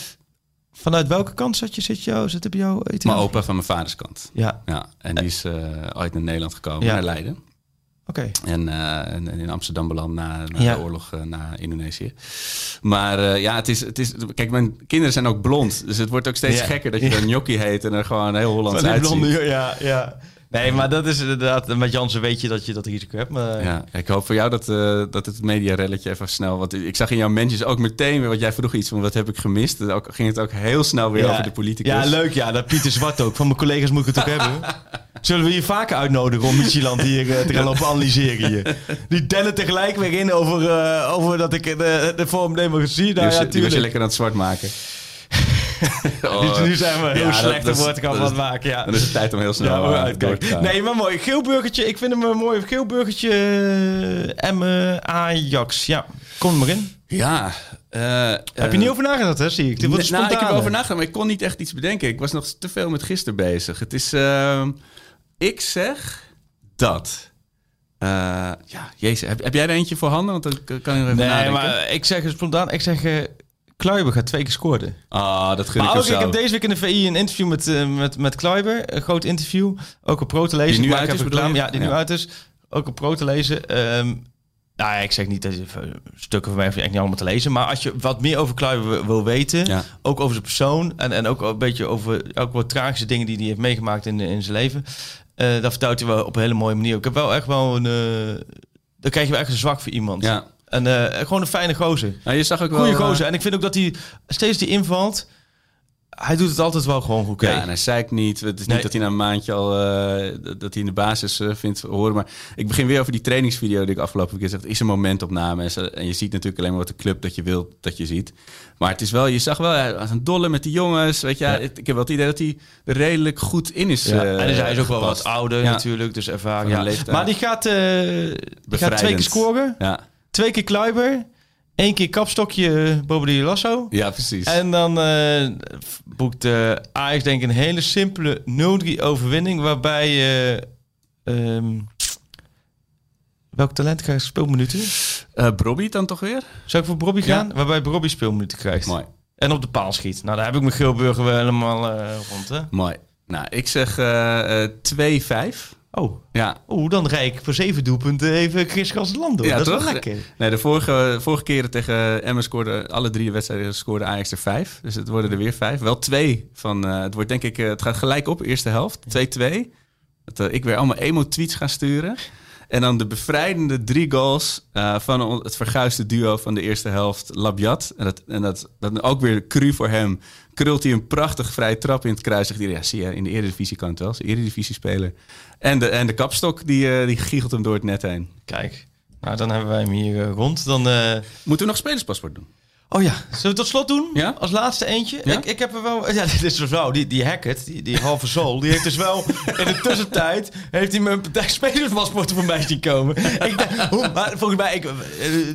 Vanuit welke kant zat je, zit jou, zit op jouw Italiaanse?
mijn opa van mijn vaders kant.
Ja,
Ja, en die is eh, ooit naar Nederland gekomen,
Ja.
naar Leiden.
oké.
En, eh, en, en in Amsterdam beland na, na
Ja.
de oorlog eh, naar Indonesië. Maar eh, ja, het is, het is... Kijk, mijn kinderen zijn ook blond. Dus het wordt ook steeds
Ja.
gekker dat je dan gnocchi heet en er gewoon heel Hollands
Van die
uitziet.
blonde, ja, ja. Nee, maar dat is inderdaad... Met Jansen weet je dat je dat risico hebt, maar...
Ja, ik hoop voor jou dat, eh, dat het mediarelletje even snel... Want ik zag in jouw mensjes ook meteen weer... wat jij vroeg iets van wat heb ik gemist. En ook, ging het ook heel snel weer
Ja.
over de politicus.
Ja, leuk ja. Dat Pieter Zwart ook. Van mijn collega's moet ik het ook hebben. Zullen we je vaker uitnodigen om Michieland hier eh, te gaan lopen analyseren hier? Die tellen tegelijk weer in over, eh, over dat ik eh, de, de vorm neem maar zie.
Die
Nou
was,
ja,
je- die was je
tuurlijk.
lekker aan het zwart maken.
Dus
Oh,
nu zijn we heel
ja, dat-
slecht
dat
een
is-
woordkamp
dat
aan het
is-
maken. Ja.
Dan is het tijd om heel snel
Ja, we
eh, door te
uitkijken.
gaan.
Nee, maar mooi. Geel burgertje. Ik vind hem een mooi. Geel burgertje. Emme Ajax. Ja, kom er maar in.
Ja. eh,
Heb je niet over nagedacht, hè? Zie ik. Dit wordt
nou, ik heb
spontaan,
over
hè?
nagedacht, maar ik kon niet echt iets bedenken. Ik was nog te veel met gisteren bezig. Het is... ehm, ik zeg dat... Eh, ja, jezus. Heb, heb jij er eentje voor handen? Want dan kan ik er even
Nee,
nadenken.
maar ik zeg spontaan. Ik zeg. eh Kluiber gaat twee keer scoren.
Ah, dat gun
Maar
ik
ook,
hem
ik
zo.
heb deze week in de VI een interview met, eh, met, met Kluiber. Een groot interview. Ook op pro te lezen.
Die nu
Maar ik
uit
heb
is,
een
bedoel
reclame-
je?
Ja, die nu
Ja.
uit is. Ook op pro te lezen. Ehm, nou ja, ik zeg niet dat je eh, stukken van mij hoef je echt niet allemaal te lezen. Maar als je wat meer over Kluiber wil- wil weten.
Ja.
Ook over zijn persoon. En, en ook een beetje over ook wat tragische dingen die hij heeft meegemaakt in, in zijn leven. eh, dat vertelt hij wel op een hele mooie manier. Ik heb wel echt wel een... eh, dan krijg je wel echt een zwak voor iemand.
Ja.
En eh, gewoon een fijne gozer.
Nou, je zag ook wel...
Goeie
eh,
gozer. En ik vind ook dat hij steeds die invalt. Hij doet het altijd wel gewoon goed.
Ja, en hij zeikt niet. Het is
Nee.
niet dat hij na een maandje al... eh, dat dat hij in de basis eh, vindt horen. Maar ik begin weer over die trainingsvideo die ik afgelopen keer zeg. Het is een momentopname. En, ze- en je ziet natuurlijk alleen maar wat de club dat je wilt dat je ziet. Maar het is wel... Je zag wel, hij was een dolle met die jongens. Weet je, hij- het- ik heb wel het idee dat hij er redelijk goed in is
Ja,
eh,
en dus hij is ook wel
gepast.
wat ouder
Ja.
natuurlijk, dus ervaring.
Van de
ja.
leeftijd.
Maar die gaat, eh, die gaat twee
Bevrijdend.
keer scoren,
Ja,
twee keer Kluiber, één keer kapstokje eh, Bobby Di Lasso.
ja precies.
En dan eh, boekt eh Ajax denk ik een hele simpele 0-3 overwinning, waarbij... eh, ehm, welk talent krijgt speelminuten?
Eh, Brobby dan toch weer?
Zou ik voor Bobby gaan? Waarbij Bobby speelminuten krijgt.
Mooi.
En op de paal schiet. Nou, daar heb ik mijn Gilburger wel helemaal eh, rond, hè?
Mooi. Nou, ik zeg eh, eh, 2-5.
Oh,
Ja,
oh dan rijd ik voor zeven doelpunten even Chris Gansland door.
Ja,
dat is wel
toch?
lekker.
Nee, de vorige, vorige keren tegen Emmen scoorde alle drie wedstrijden scoorde Ajax er vijf. Dus het worden er weer vijf. Wel twee van. eh, het wordt denk ik. eh, het gaat gelijk op, eerste helft. 2-2. Dat eh, ik weer allemaal emo-tweets ga sturen. En dan de bevrijdende drie goals eh, van on- het verguisde duo van de eerste helft, Labiat. En dat, en dat, dat ook weer cru voor hem. Krult hij een prachtig vrij trap in het kruis. Zegt hij, ja, zie je, in de Eredivisie kan het wel. Ze Eredivisie speler. En de, en de kapstok, die, eh, die giegelt hem door het net heen.
Kijk, nou dan hebben wij hem hier eh, rond. Dan, eh,
Moeten we nog spelerspaspoort doen?
Oh ja, zullen we het tot slot doen?
Ja?
Als laatste eentje.
Ja?
Ik, ik heb er wel... Ja, dit is een vrouw, die, die Hackett, die, die halve zool, die heeft dus wel in de tussentijd... heeft hij mijn partij spelerspasport voorbij zien komen. ik dacht, hoe, maar volgens mij, ik, eh,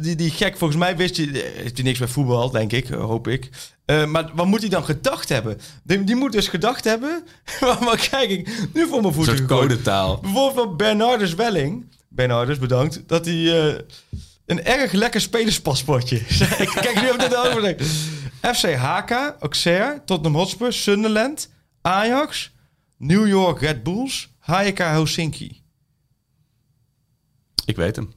die, die gek, volgens mij wist hij... heeft hij niks met voetbal, denk ik, eh, hoop ik. Eh, maar wat moet hij dan gedacht hebben? Die, die moet dus gedacht hebben... maar, maar kijk, ik nu voor mijn
Een
voeten
soort
gegooid.
codetaal.
Bijvoorbeeld van Bernardus Welling. Bernardus, bedankt. Dat hij eh, een erg lekker spelerspaspoortje. Ik Kijk, nu heb ik dit over. denk. FC Haka, Auxerre, Tottenham Hotspur, Sunderland, Ajax, New York Red Bulls, HJK Helsinki.
Ik weet hem.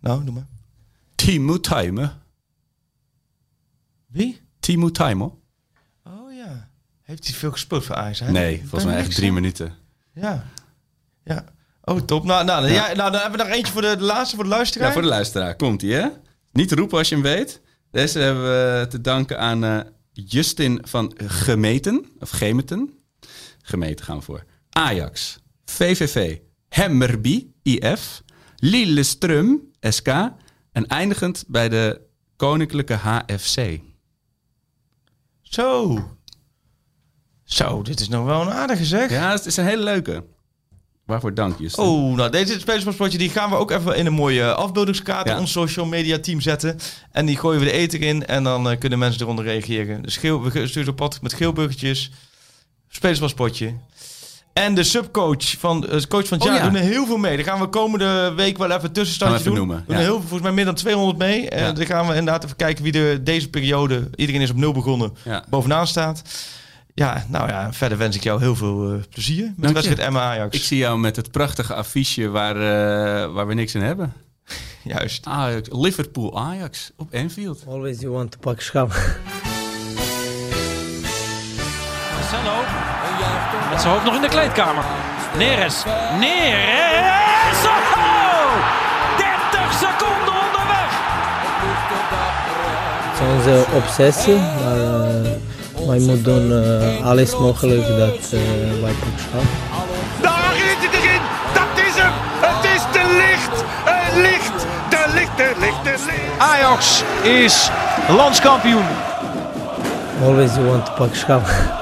Nou, doe maar.
Timo Timer.
Wie?
Timo Timer?
Oh ja. Heeft hij veel gespeeld voor Ajax? hè?
Nee, volgens mij echt drie minuten.
Ja. Ja. Oh, top. Nou, nou, ja. nou, dan hebben we nog eentje voor de, de laatste, voor de luisteraar.
Ja, voor de luisteraar. Komt ie, hè? Niet roepen als je hem weet. Deze hebben we te danken aan eh, Justin van Gemeten. Of Gemeten. Gemeten gaan we voor. Ajax. VVV. Hemmerby. IF. Lillestrum. SK. En eindigend bij de Koninklijke HFC.
Zo. Zo, dit is nog wel een aardige zeg.
Ja, het is een hele leuke. Waarvoor dank, Justin.
Oh, nou deze spelerspaspoortje die gaan we ook even in een mooie eh, afbeeldingskaart
Ja.
in ons social media team zetten. En die gooien we de eten in en dan eh, kunnen mensen eronder reageren. Dus geel, we sturen ze op pad met geelburgertjes, spelerspaspoortje. En de subcoach van eh, de coach van het
Oh,
jaar
ja.
doen er heel veel mee. Daar gaan we komende week wel even tussenstandje
Gaan we
doen.
even noemen,
Doen
ja.
er heel veel, volgens mij meer dan 200 mee. En
Ja.
dan gaan we inderdaad even kijken wie er deze periode, iedereen is op nul begonnen,
Ja.
bovenaan staat. Ja, nou ja, verder wens ik jou heel veel eh, plezier met
je.
de wedstrijd Emma Ajax.
Ik zie jou met het prachtige affiche waar, eh, waar we niks in hebben.
Juist.
Ajax, Liverpool Ajax op Anfield.
Always you want to pak schap.
Marcelo. Met zijn hoofd nog in de kleedkamer. Neres. Neres. Oh! 30 seconden onderweg.
Het is onze obsessie, maar eh, wij moeten doen eh, alles mogelijk dat eh, wij pak schap.
Daar zit het erin. Dat is hem. Het is de licht. Het licht. De licht. De licht. De licht.
Ajax is landskampioen.
Always you want to pak schap.